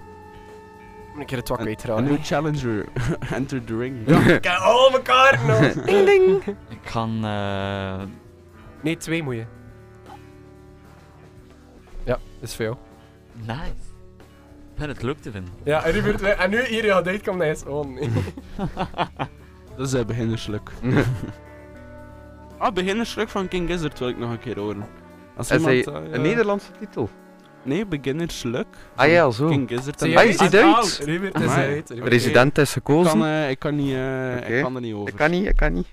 Moet ik keer het wat kwijt Een raden. nieuwe challenger. Enter the ring. Ik heb al mijn kaarten nog. Ding ding. Ik ga... eh, Nee, twee moet je. Ja, is veel. Nice. Ik ben het leuk te vinden. Ja, en, Rupert, en nu hier gaat uitkomen, hij is oh, on. Dat is eh, beginnerslijk. ah, beginnerslijk van King Gizzard wil ik nog een keer horen. Als Is hij iemand, eh, een Nederlandse titel? Nee, beginnerslijk. Ah ja, zo. King Gizzard. en- Hij is die Duits. Rupert is Amai. uit. Rupert- President is Ik gekozen. kan, eh, ik kan niet... eh, Oké. Ik kan er niet over. Ik kan niet, ik kan niet. Ik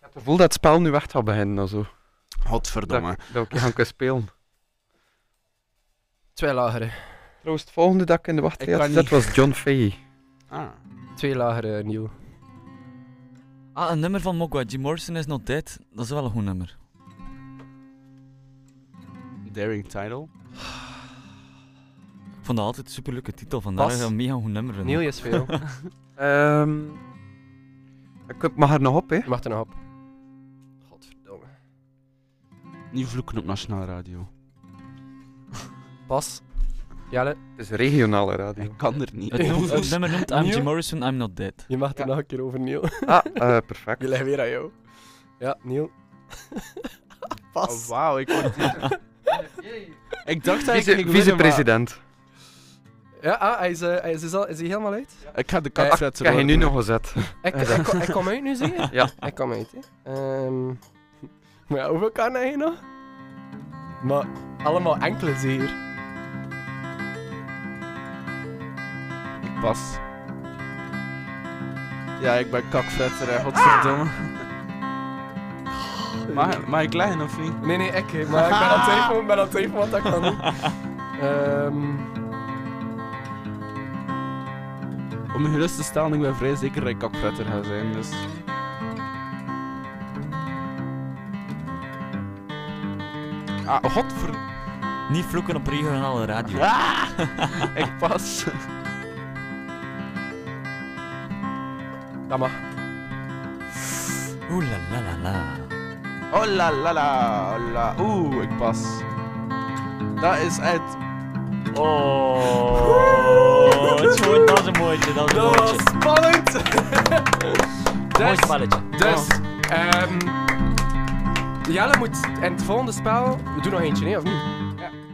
heb het gevoel dat het spel nu echt gaat beginnen en zo. Dat, Godverdomme. ik- dat ik gaan kunnen spelen. Twee lagere. Trouwens, het volgende dat ik in de Ik wachtrij had kan gezet was John Fay. Ah. Twee lagere, nieuw. Ah, een nummer van Mogwai. Jim Morrison is nog dead. Dat is wel een goed nummer. Daring title. Ik vond dat altijd een superleuke titel. Vandaar Pas. dat ik dat een mega goed nummer vind. Nieuw is veel. Ehm ik mag er nog op, hè. Je mag er nog op. Godverdomme. Niet vloeken op Nationaal Radio. Pas. Jelle. Het is regionale radio. Ik kan er niet. Het, noemt- het nummer noemt I'm Jim Morrison, I'm Not Dead. Je mag er nog een keer over, Neil. Ah, eh, perfect. Je legt weer aan jou. Ja, Neil. Oh, wauw, ik word hier- Ik dacht dat ik Vice- ging winnen, maar Vice-president. Ja, ah, hij, is, eh, hij is, is, al, is hij helemaal uit? Ik ga de Eh, kat Ah, Ik zetten. heb je nu nog gezet. Ik, Hij is uit. ik, kom- ik kom uit nu, zie je? Ja. Ik kom uit, hè. Ehm, maar ja, hoeveel kan hij nog? Maar allemaal enkele hier. Pas. Ja, ik ben kakvetter, hè. Godverdomme. Maar, maar ik leg of niet? Nee, nee, ik. hè. Maar ik ben aan het twijfelen, ben aan het twijfelen wat ik kan doen. Ehm, Om je gerust te stellen, ik ben vrij zeker dat ik kakvetter ga zijn, dus... Ah, godver... Niet vloeken op regionale radio. Ah. ik pas. dat mag. Oeh la la la la. Oh la la la, oh la. Oeh, ik pas. Dat is het. Oh, het is gewoon dat is een mooitje, dat is een Dat was mooitje. spannend! Mooi dus, spelletje. dus Oh. ehm Jelle moet in het volgende spel... We doen nog eentje, nee, of niet?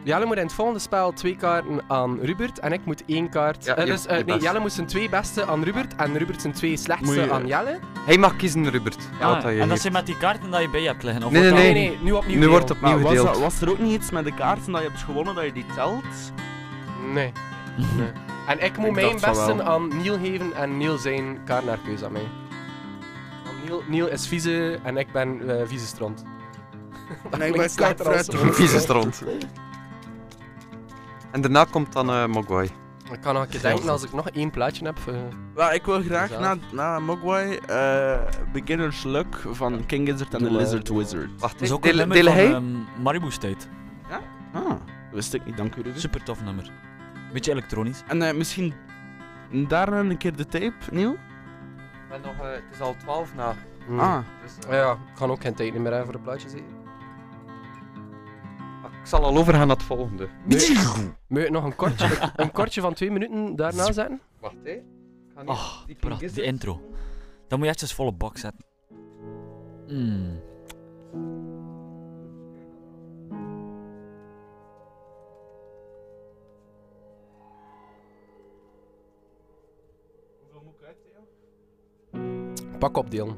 Jelle moet in het volgende spel twee kaarten aan Rubert en ik moet één kaart... Ja, eh, je- dus, eh, je nee, best. Jelle moet zijn twee beste aan Rubert en Rubert zijn twee Moet slechtste je- aan Jelle. Hij mag kiezen, Rubert. Ah, wat dat je en dat heeft. zijn met die kaarten dat je bij je hebt liggen? Of Nee, wordt nee, dat- Nee, nee, nu opnieuw. Nu wordt deel. opnieuw Nou, was, dat- gedeeld. was er ook niet iets met de kaarten dat je hebt gewonnen dat je die telt? Nee. nee. En ik moet Ik mijn dacht van besten wel. aan Neil geven en Neil zijn kaart naar keuze aan mij. Want Neil, Neil is vieze en ik ben eh, vieze stront. Dat Nee, ik ben klinkt slechter als- kakfruit. Vieze stront. En daarna komt dan eh Mogwai. Ik kan nog een keer denken als ik nog één plaatje heb. eh, Wel, ik wil graag Zelf. na, na Mogwai eh, Beginner's Luck van King Gizzard en Doe de maar, Lizard doe maar. Wizard. Wacht, Dat is deel, ook een nummer deel van hij? ehm, Maribou State. Ah, dat wist ik niet, dank u. Rudy. Super tof nummer. Beetje elektronisch. En eh, misschien daarna een keer de tape, Neil? eh, het is al 12 na. Dus, eh, mm. Ah, Ja, ik kan ook geen tijd meer hebben voor een plaatje zien. Ah, Ik zal al overgaan naar het volgende. Moet je nog een kortje, een kortje van twee minuten daarna zetten? Wacht, hé. Ik ga niet- Ah, die King prachtig. Gizzard- Die intro. Dan moet je echt eens volle bak zetten. Mm. Pak opdelen.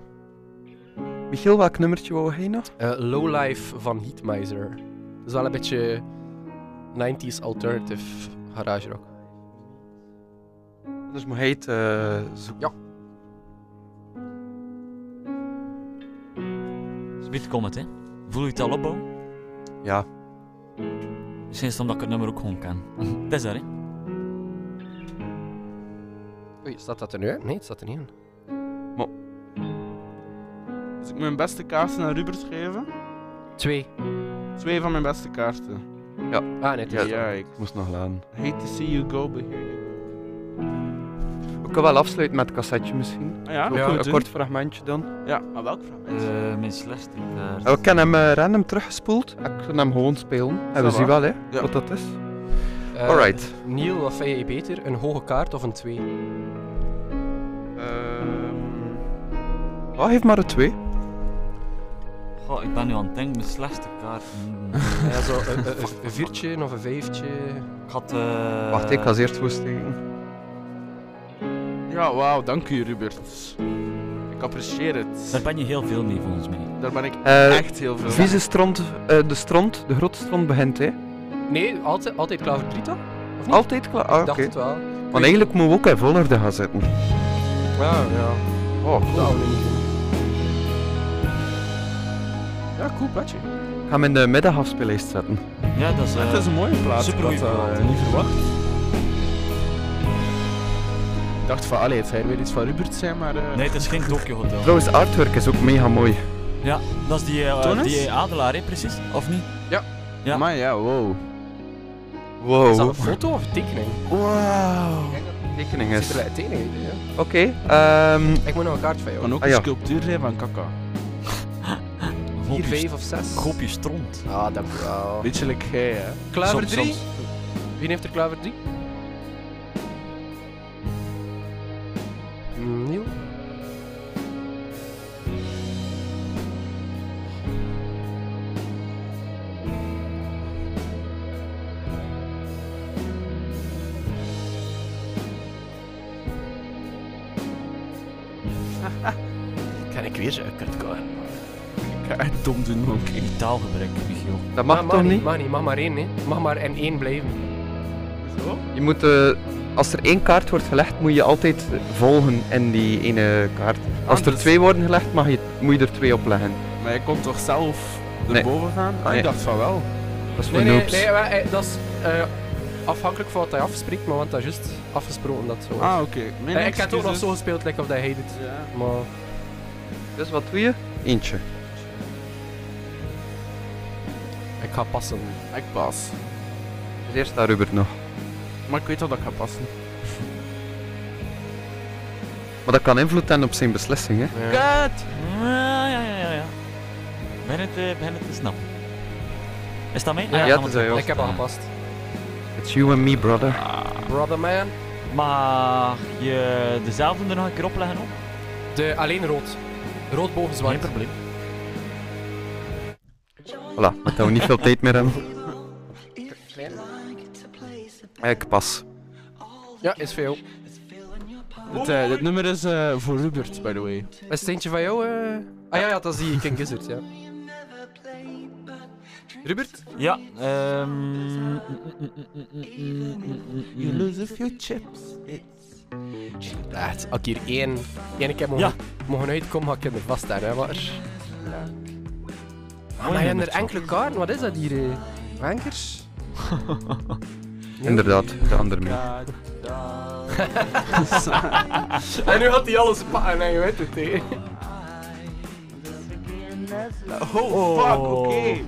Michiel, welk nummertje wou hij nog? Eh Lowlife van Heatmiser. Dat is wel een beetje 90s alternative garage rock. Dus moet hij het eh, zoeken. Speed comment, hè? Voel je het al opbouwen? Ja. Misschien is het omdat ik het nummer ook gewoon ken. Dat is dat, hè? Oei, staat dat er nu uit? Nee, het staat er niet in. dus ik moet mijn beste kaarten aan Rubert geven. Twee. Twee van mijn beste kaarten. Ah, nee, het Ja, is er. ik Ik moest nog laden. hate to see you go, but here you Ik kan wel afsluiten met het cassetje misschien. go. Ah, ja, dat Ja, kunnen we een doen. kort fragmentje dan. Ja, maar welk fragment? Eh, mijn slechtste kaart. Ik heb hem eh, random teruggespoeld. Ik kan hem gewoon spelen. En we dat zien wel hè, Ja. wat dat is. Eh, Alright. Neil, wat vind je beter? Een hoge kaart of een twee? Oh, heeft maar een twee. Goh, ik ben nu aan het denken, mijn slechtste kaart. Mm. ja, Eh, zo, een, een, een- een viertje of een vijftje? ik had. eh, Wacht, ik ga ze eerst voorsteken. Ja, wauw, dank u, Rubert. Ik apprecieer het. Daar ben je heel veel mee volgens mij. Daar ben ik Eh, echt heel veel Vieze stront, eh, de stront, de grote stront begint hè. Nee, altijd, altijd klaar voor drie toch? Ik Altijd klaar. Ah, dacht oké. het wel. Want eigenlijk moeten we ook in volgorde gaan zitten. Ja, ja. Oh, Dat hadden we niet doen. Ja, cool plaatje. ik ga hem in de middagafspeellijst zetten. Ja, dat is. eh, Het is een mooie plaats. super ik goeie had dat, plaat. eh, niet verwacht. Ik dacht van, allee, het zou weer iets van Rubert zijn, maar... eh, Nee, het is geen Tokyo Hotel. Trouwens, artwork is ook mega mooi. Ja, dat is die, eh, Tonus? die adelaar, hè, precies? Of niet? Ja. Maar ja, wow. Is dat Oh. Wow. een foto of een tekening? Wow. Tekening Dat is. ziet er uit tekening uit, hè. Oké, ehm, Ik moet nog een kaart van jou. Kan ook Ah, een ja. sculptuur zijn van kaka. Vier, Hoop je- vijf of zes? Ik hoop je stront. Ah, dank u wel. Beetje like jij, hè. Klaar voor Soms- drie? soms. Wie heeft er klaar voor drie? Mm, Nieuw. Kan ik weer zo'n kut komen? Ik ga echt dom doen, man. Kijk, Je taalgebrek, Michiel. dat mag toch niet? Mag niet, mag maar één, hè. Mag maar en één blijven. zo. Je moet, eh, als er één kaart wordt gelegd, moet je altijd volgen in die ene kaart. Als er dus- twee worden gelegd, mag je, moet je er twee op leggen. Maar je kon toch zelf Nee. erboven gaan? Ah, Nee. Ik dacht van wel. Dat is voor Nee, nee, noobs. nee, maar, eh, dat is eh, afhankelijk van wat hij afspreekt, maar want dat is juist afgesproken dat zo is. Ah, oké. Mijn Eh, ik heb het ook nog excuses. zo gespeeld, like of dat hij dit. Ja. Maar Dus wat doe je? Eentje. ik ga passen. Ah, Ik pas. Dus eerst daar Rubert nog. Maar ik weet dat ik ga passen. Maar dat kan invloed hebben op zijn beslissing, hè? Kut! Ja, ja, ja, ja. ja. Ben het, eh, ben het te snappen. Is dat mee? Ja, dan het moet is hij je ook. Ik heb al passen. gepast. It's you and me, brother. Ah. Brother man. Mag je dezelfde er nog een keer opleggen op? De, alleen rood. Rood boven Geen zwart. probleem. Voilà, daar we niet veel tijd meer aan. Ik pas. Ja, is veel. Dit, eh, dit nummer is eh, voor Rupert, by the way. Is het eentje van jou? eh? Ah ja, ja, dat is die King Gizzard, ja. Rupert? Ja, ehm. mm, mm, mm, mm, mm, mm, mm, mm. Echt, als ik hier één, één keer mogen, Ja. mogen uitkomen, had ik er vast aan, hè, maar... Ah, maar je hebt nummer, er enkele kaarten, wat is dat hier? eh? Wankers? Inderdaad, de andere mee. En nu had hij alles pakken, nee, je weet het, hè. Oh, fuck, oké.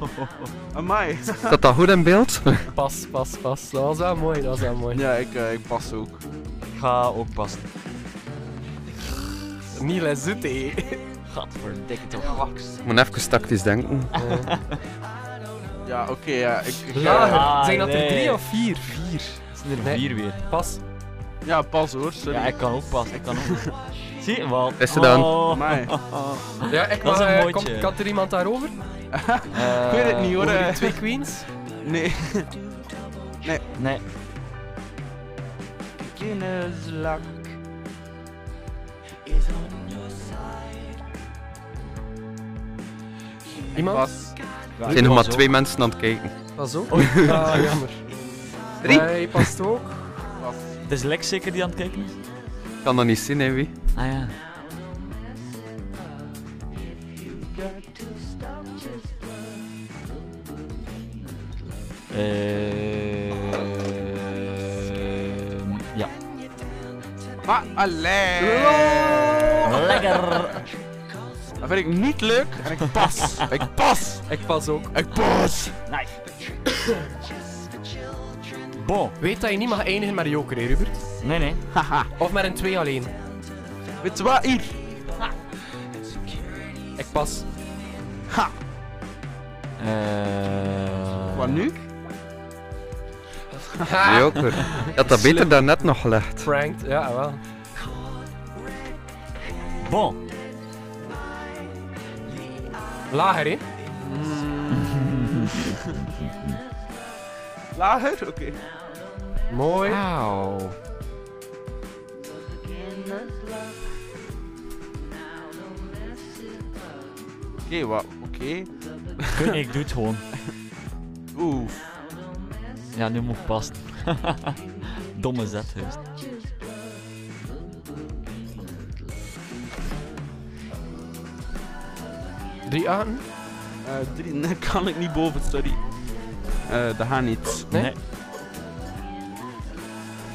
Amai. Staat dat goed in beeld? Pas, pas, pas. Dat was wel mooi, dat was wel mooi. Ja, ik, eh, ik pas ook. Ik ga ook passen. Niet les zoet, hè. Gadverdikke toch. Ik moet even tactisch denken. Ja, oké, ja. Ik, ik, eh, Lager. Ah, Zijn dat nee. er drie of vier? Vier. Zijn er Nee. vier weer? Pas. ja, pas hoor, sorry. Ja, ik kan ook passen. Ik kan ook. Zie je wel? Is gedaan. Oh. Amai. Ja, ik Dat is mag, een eh, mooitje. komt- Kan er iemand daarover? Eh, Ik weet het niet hoor. Over die eh. twee queens? Nee. Nee. Iemand? Pas. Ja, Er ik zijn nog maar was ook. twee mensen aan het kijken. Pas ook. Ah, jammer. Drie. Hij past ook. Het is Lex zeker die aan het kijken is? Ik kan dat niet zien, hè, wie? Ah ja. Ehm, Eh, ja. Maar alleen. Oh, Lekker. Dat vind ik niet leuk. En ik pas. ik pas. Ik pas ook. Ik pas. Nice. Bon. Weet dat je niet mag eindigen met een joker, hè, Rupert? Nee, nee. Of met een twee alleen. Weet je wat? Hier. Ik pas. Eh, Wat nu? Joker. Je had Ah. dat beter daarnet nog gelegd. Pranked, ja, ah, wel. Bon. Lager, hè? Lager? Oké. Mooi. Auw. Oké, wat? Oké. Ik weet niet, ik doe het gewoon. Oeh. Ja, nu moet passen. Domme zet, heus. Drie aan. Eh, drie. Nee, kan ik niet boven, sorry. Eh, dat gaat niet. Nee?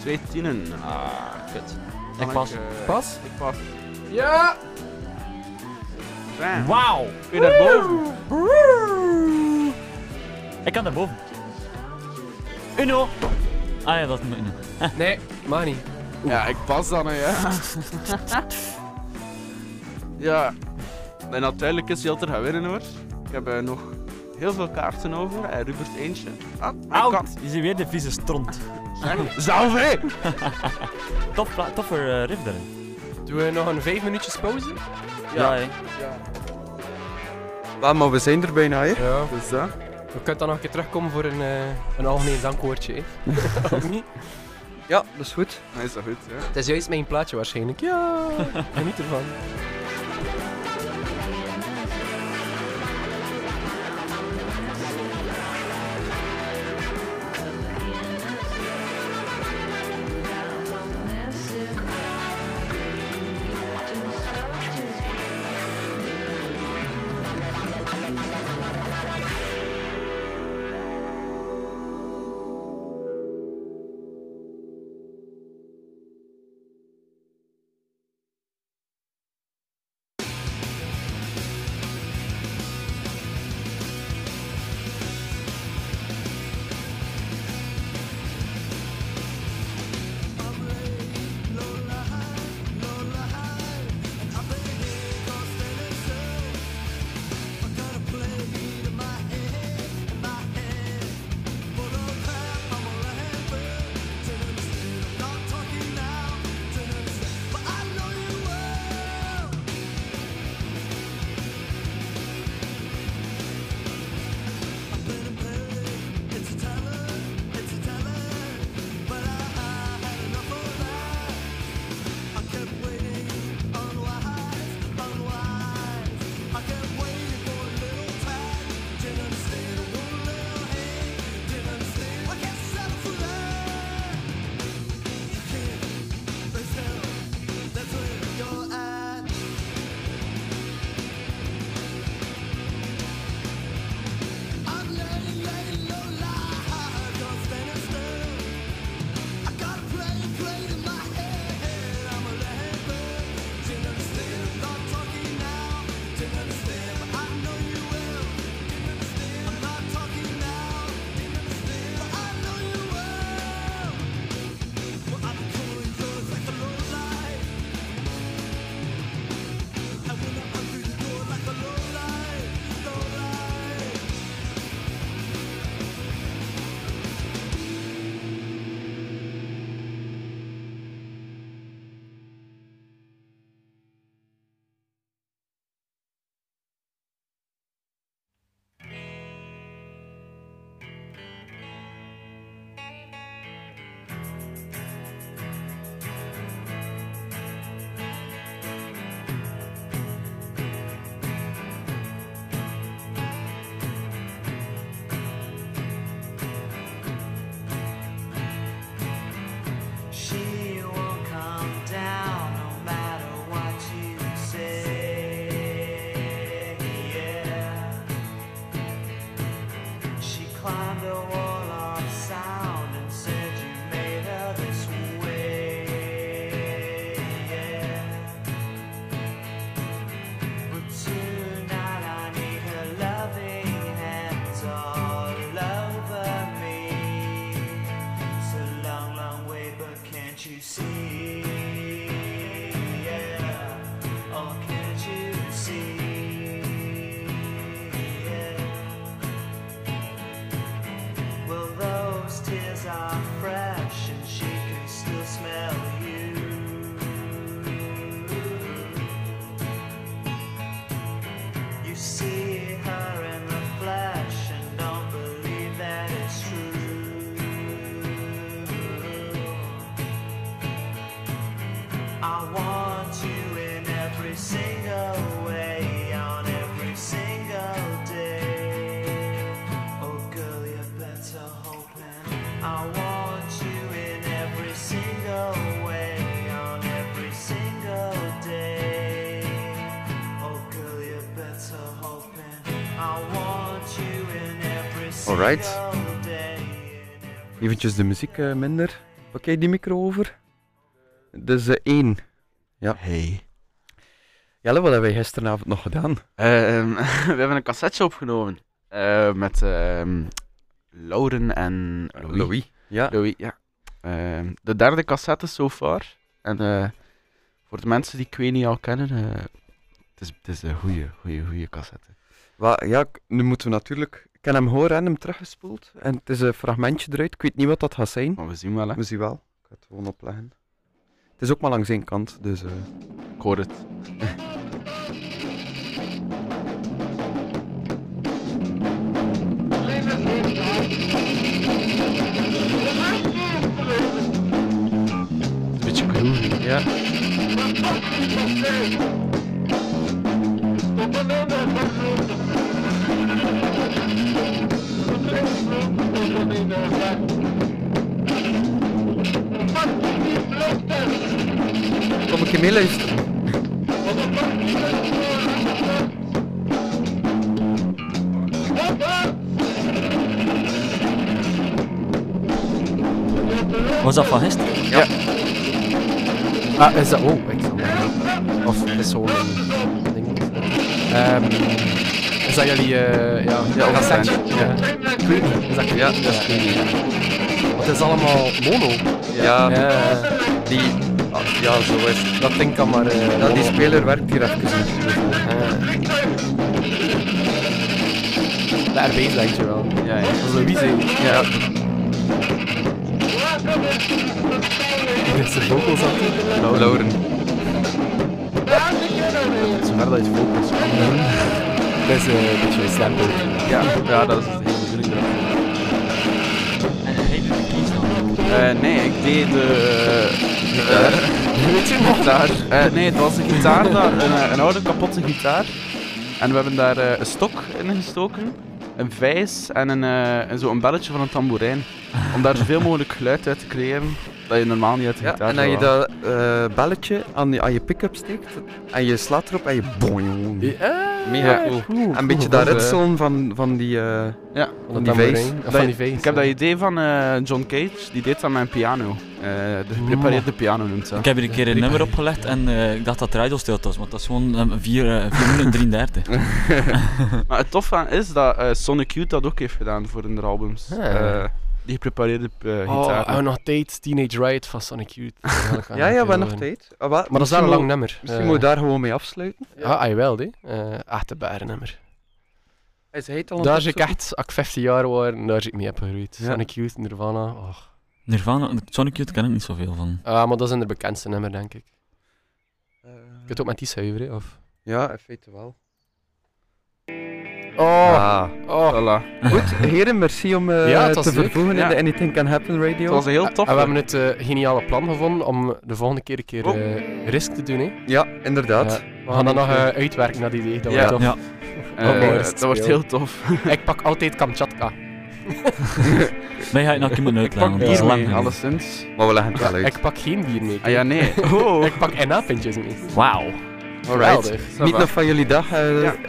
Twee tienen. Ah, Kut. kan Ik pas. eh, Pas. Ik pas. Ja! Bam. Wauw. Weer naar boven. Ik kan naar boven. Uno. Ah ja, dat is een Uno. Nee, mag niet. Ja, ik pas dan, hè, ja. ja. En natuurlijk is hij altijd gaan winnen, hoor. Ik heb eh, nog heel veel kaarten over. En Rupert eentje. Ah, mijn kat. Oud. Je ziet weer de vieze stront. Zelf, hè? Top, pla- toffer eh, riff daarin. Doen we nog een vijf minuutjes pauze? Ja, hè. Wel, maar we zijn er bijna, hè? Ja. Dus dat. We kunnen dan nog een keer terugkomen voor een, eh, een algemeen dankwoordje, hè? Of niet? Ja, dat is goed. Dan is dat goed, hè. Het is juist mijn plaatje waarschijnlijk. Ja, geniet ervan. Oh, are fresh and she can still smell you. You see her in the flesh and don't believe that it's true. I want you in every single way, on every single day. Oh girl, you better hope and I want you in every single way, on every single day. Oh girl, you better hope and I want you in every single Alright. day. Eventjes de muziek eh, minder. Pak jij die micro over? Dus eh één. Ja. Hey. Jelle, wat hebben wij gisteravond nog gedaan? Ehm, we hebben een cassetje opgenomen eh, met ehm, Lauren en Louis. Ja. Louis, ja. Ehm, de derde cassette so far. En eh, voor de mensen die Queenie al kennen, eh, het is, het is een goede, goede, goede cassette. Wa- ja, k- nu moeten we natuurlijk... Ik heb hem horen en hem teruggespoeld. En het is een fragmentje eruit. Ik weet niet wat dat gaat zijn. Maar we zien wel, hè. We zien wel. Ik ga het gewoon opleggen. Het is ook maar langs één kant, dus... eh, Ik hoor het. Een beetje groovy. Ja. Kom ik je meeluisteren? Was dat van gisteren? Ja. Ah, is dat... Oh, ik zal... Of is zo een ding. Ehm, is dat jullie... eh, ja, Ja, dat overband. setje? Ja. Is dat Ja, dat is Want het is allemaal mono. Ja, Ja, die... ah, ja, zo is het. dat ding kan maar... eh, Ja, die mono. speler werkt hier even niet. Ah. De RB's lijkt je wel. Ja, ja. Dat is Louise. hè? Ja. Die heeft zijn vocals aan het doen. Lauren. Zover dat je vocals kan doen. Dat is eh, een beetje een slam poetry. Ja, ja, dat is het hele bedoeling erachter. En hij doet de keys dan. Eh, nee, ik deed de. Weet je nog? Gitaar. Eh, nee, het was een gitaar daar, een, eh, een oude kapotte gitaar. En we hebben daar eh, een stok in gestoken, een vijs en een, eh, en zo een belletje van een tamboerijn. Om daar zoveel mogelijk geluid uit te creëren dat je normaal niet uit de Ja, gitaar en dat je zou halen. dat eh, belletje aan, je- aan je pick-up steekt en je slaat erop en je boing. Mega cool. En een beetje dat Dat is, eh, ritselen van, van die, eh Ja, van die vijs. Of Dat- van die face. Ik heb dat idee van eh, John Cage, die deed dat met een piano. Eh, de geprepareerde piano noemt dat. Ik heb hier een keer een nummer opgelegd en eh, ik dacht dat het radiostilte was, maar dat is gewoon ehm, vier, eh, vier minuten 33. Maar het tof aan is dat eh, Sonic Youth dat ook heeft gedaan voor hun albums. Ah. Eh, die geprepareerde eh, Oh, gitaar. en nog tijd Teenage Riot van Sonic Youth. Ja, ja, we hebben nog tijd. Ah, wel, Maar dat is wel misschien een lang mo- nummer. Misschien Eh, moet je daar gewoon mee afsluiten. Ja, ah, jawel, die. Eh echt een bare nummer. Is hij het al aan het Daar zie ik opzoeken? echt, als ik 15 jaar was, daar zie ik mee opgegroeid. Ja. Sonic Youth, Nirvana. Oh. Nirvana, Sonic Youth ken ik niet zoveel van. Ah, maar dat is in de bekendste nummer, denk ik. Je Eh, kunt ook met die zuiveren, of... Ja, in feite wel. Oh, Ah. oh. Voilà. Goed, heren, merci om eh, Ja, het was te leuk. vervoegen Ja. in de Anything Can Happen radio. Het was een heel tof. En we hebben het eh, geniale plan gevonden om de volgende keer een keer Oh. eh, risk te doen. Hè. Ja, inderdaad. Ja. We gaan dat nog eh, uitwerken, dat idee. Dat Ja. wordt tof. Ja, Eh, Oké, dat is dat wordt heel tof. Ik pak altijd Kamchatka. mij ga je nou, nog iemand Ik pak uitleggen. want dat is bier lang mee, geleden. alleszins. Maar we leggen het wel uit. Ik pak geen bier mee. Ah ja, nee. Ik pak NA-pintjes mee. Wauw. Geweldig. Niet nog van jullie dag, eh,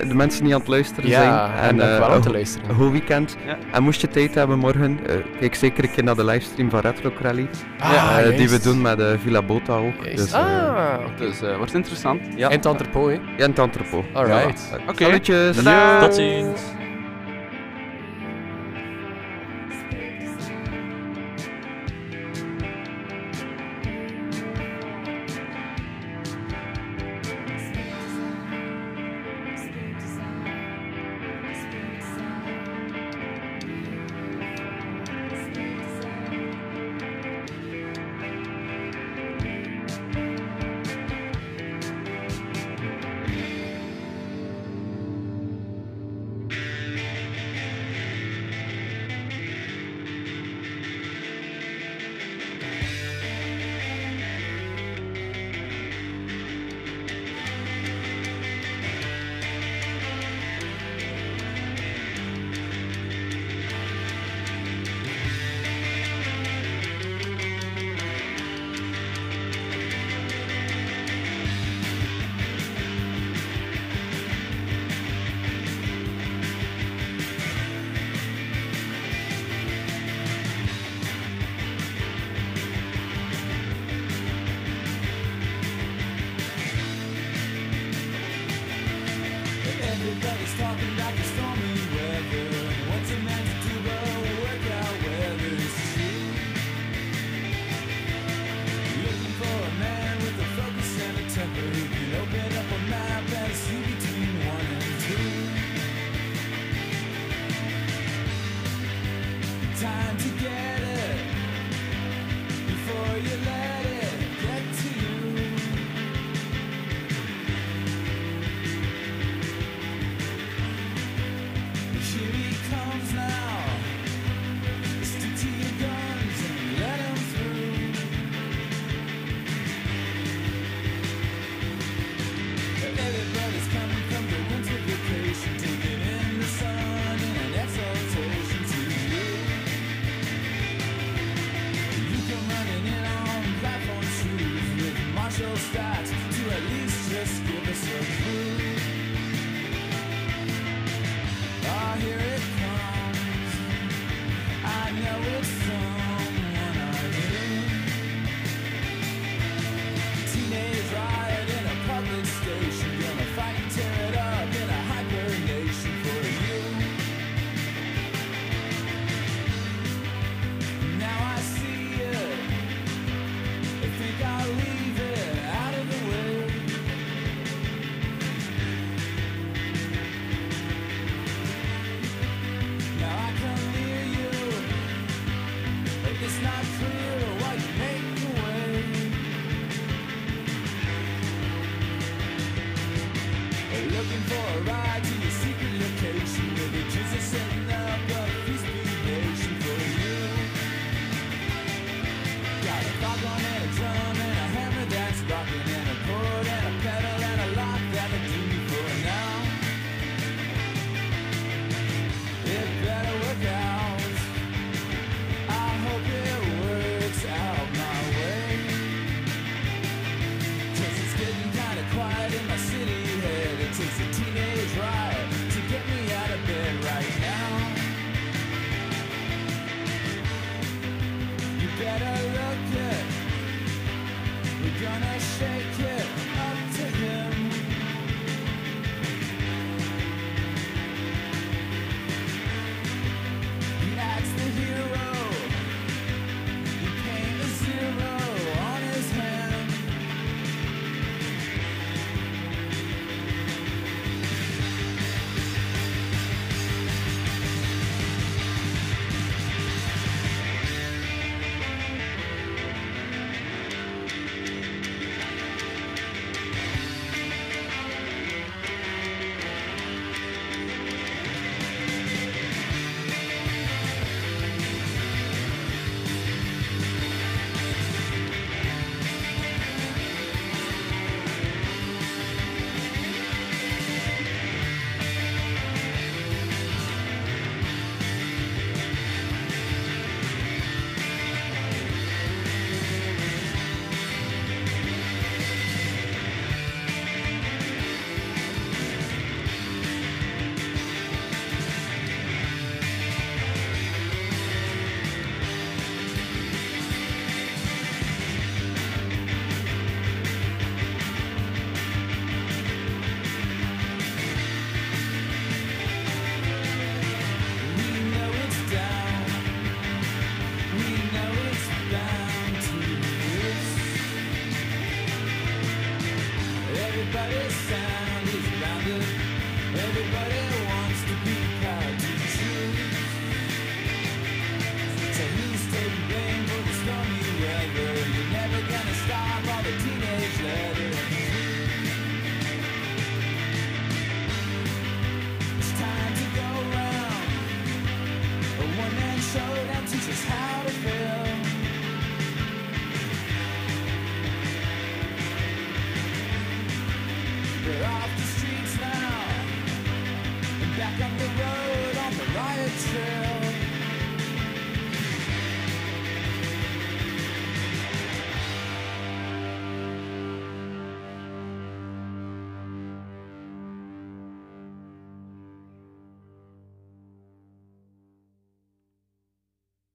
de mensen die aan het luisteren Ja, zijn. Dus, en eh, wel om een te go- luisteren. een goed weekend. Ja. En moest je tijd hebben morgen, eh, kijk zeker een keer naar de livestream van Retro Rally. Ah, eh, die we juist. doen met eh, Villa Bota ook. Juist. Dus, eh, ah, Dus eh wordt interessant. ja. en het entrepot, hè. Ja, in het entrepot. Alright. Ja. Oké. Salutjes. Tot ziens. Thank you. At least just give us a clue. Ah, here it comes. I know it's someone I knew. Teenage riot in a public station. Gonna fight and tear it up in a hibernation for you. Now I see it. I think I'll leave it out of the way. Now I come near you, but it's not clear what you make away. Looking for a ride to your secret location, where the kids are setting up a feast nation for you. Got a foghorn and a drum and a hammer that's rocking and a chord and a pedal and a lock that'll do for now. It better work out. I hope it works out my way. 'Cause it's getting kinda quiet in my city head. It takes a teenage riot to get me out of bed right now. You better look it. We're gonna shake it up to him. He acts the hero. He paint a zero on his hand. We know it's down. We know it's bound to this. Everybody's sound is rounded. Everybody wants to be proud to choose. So who's taking blame for the stormy weather? You're never gonna stop all the teenage letters. It's time to go round. A one-man show that teaches how to feel. They're off to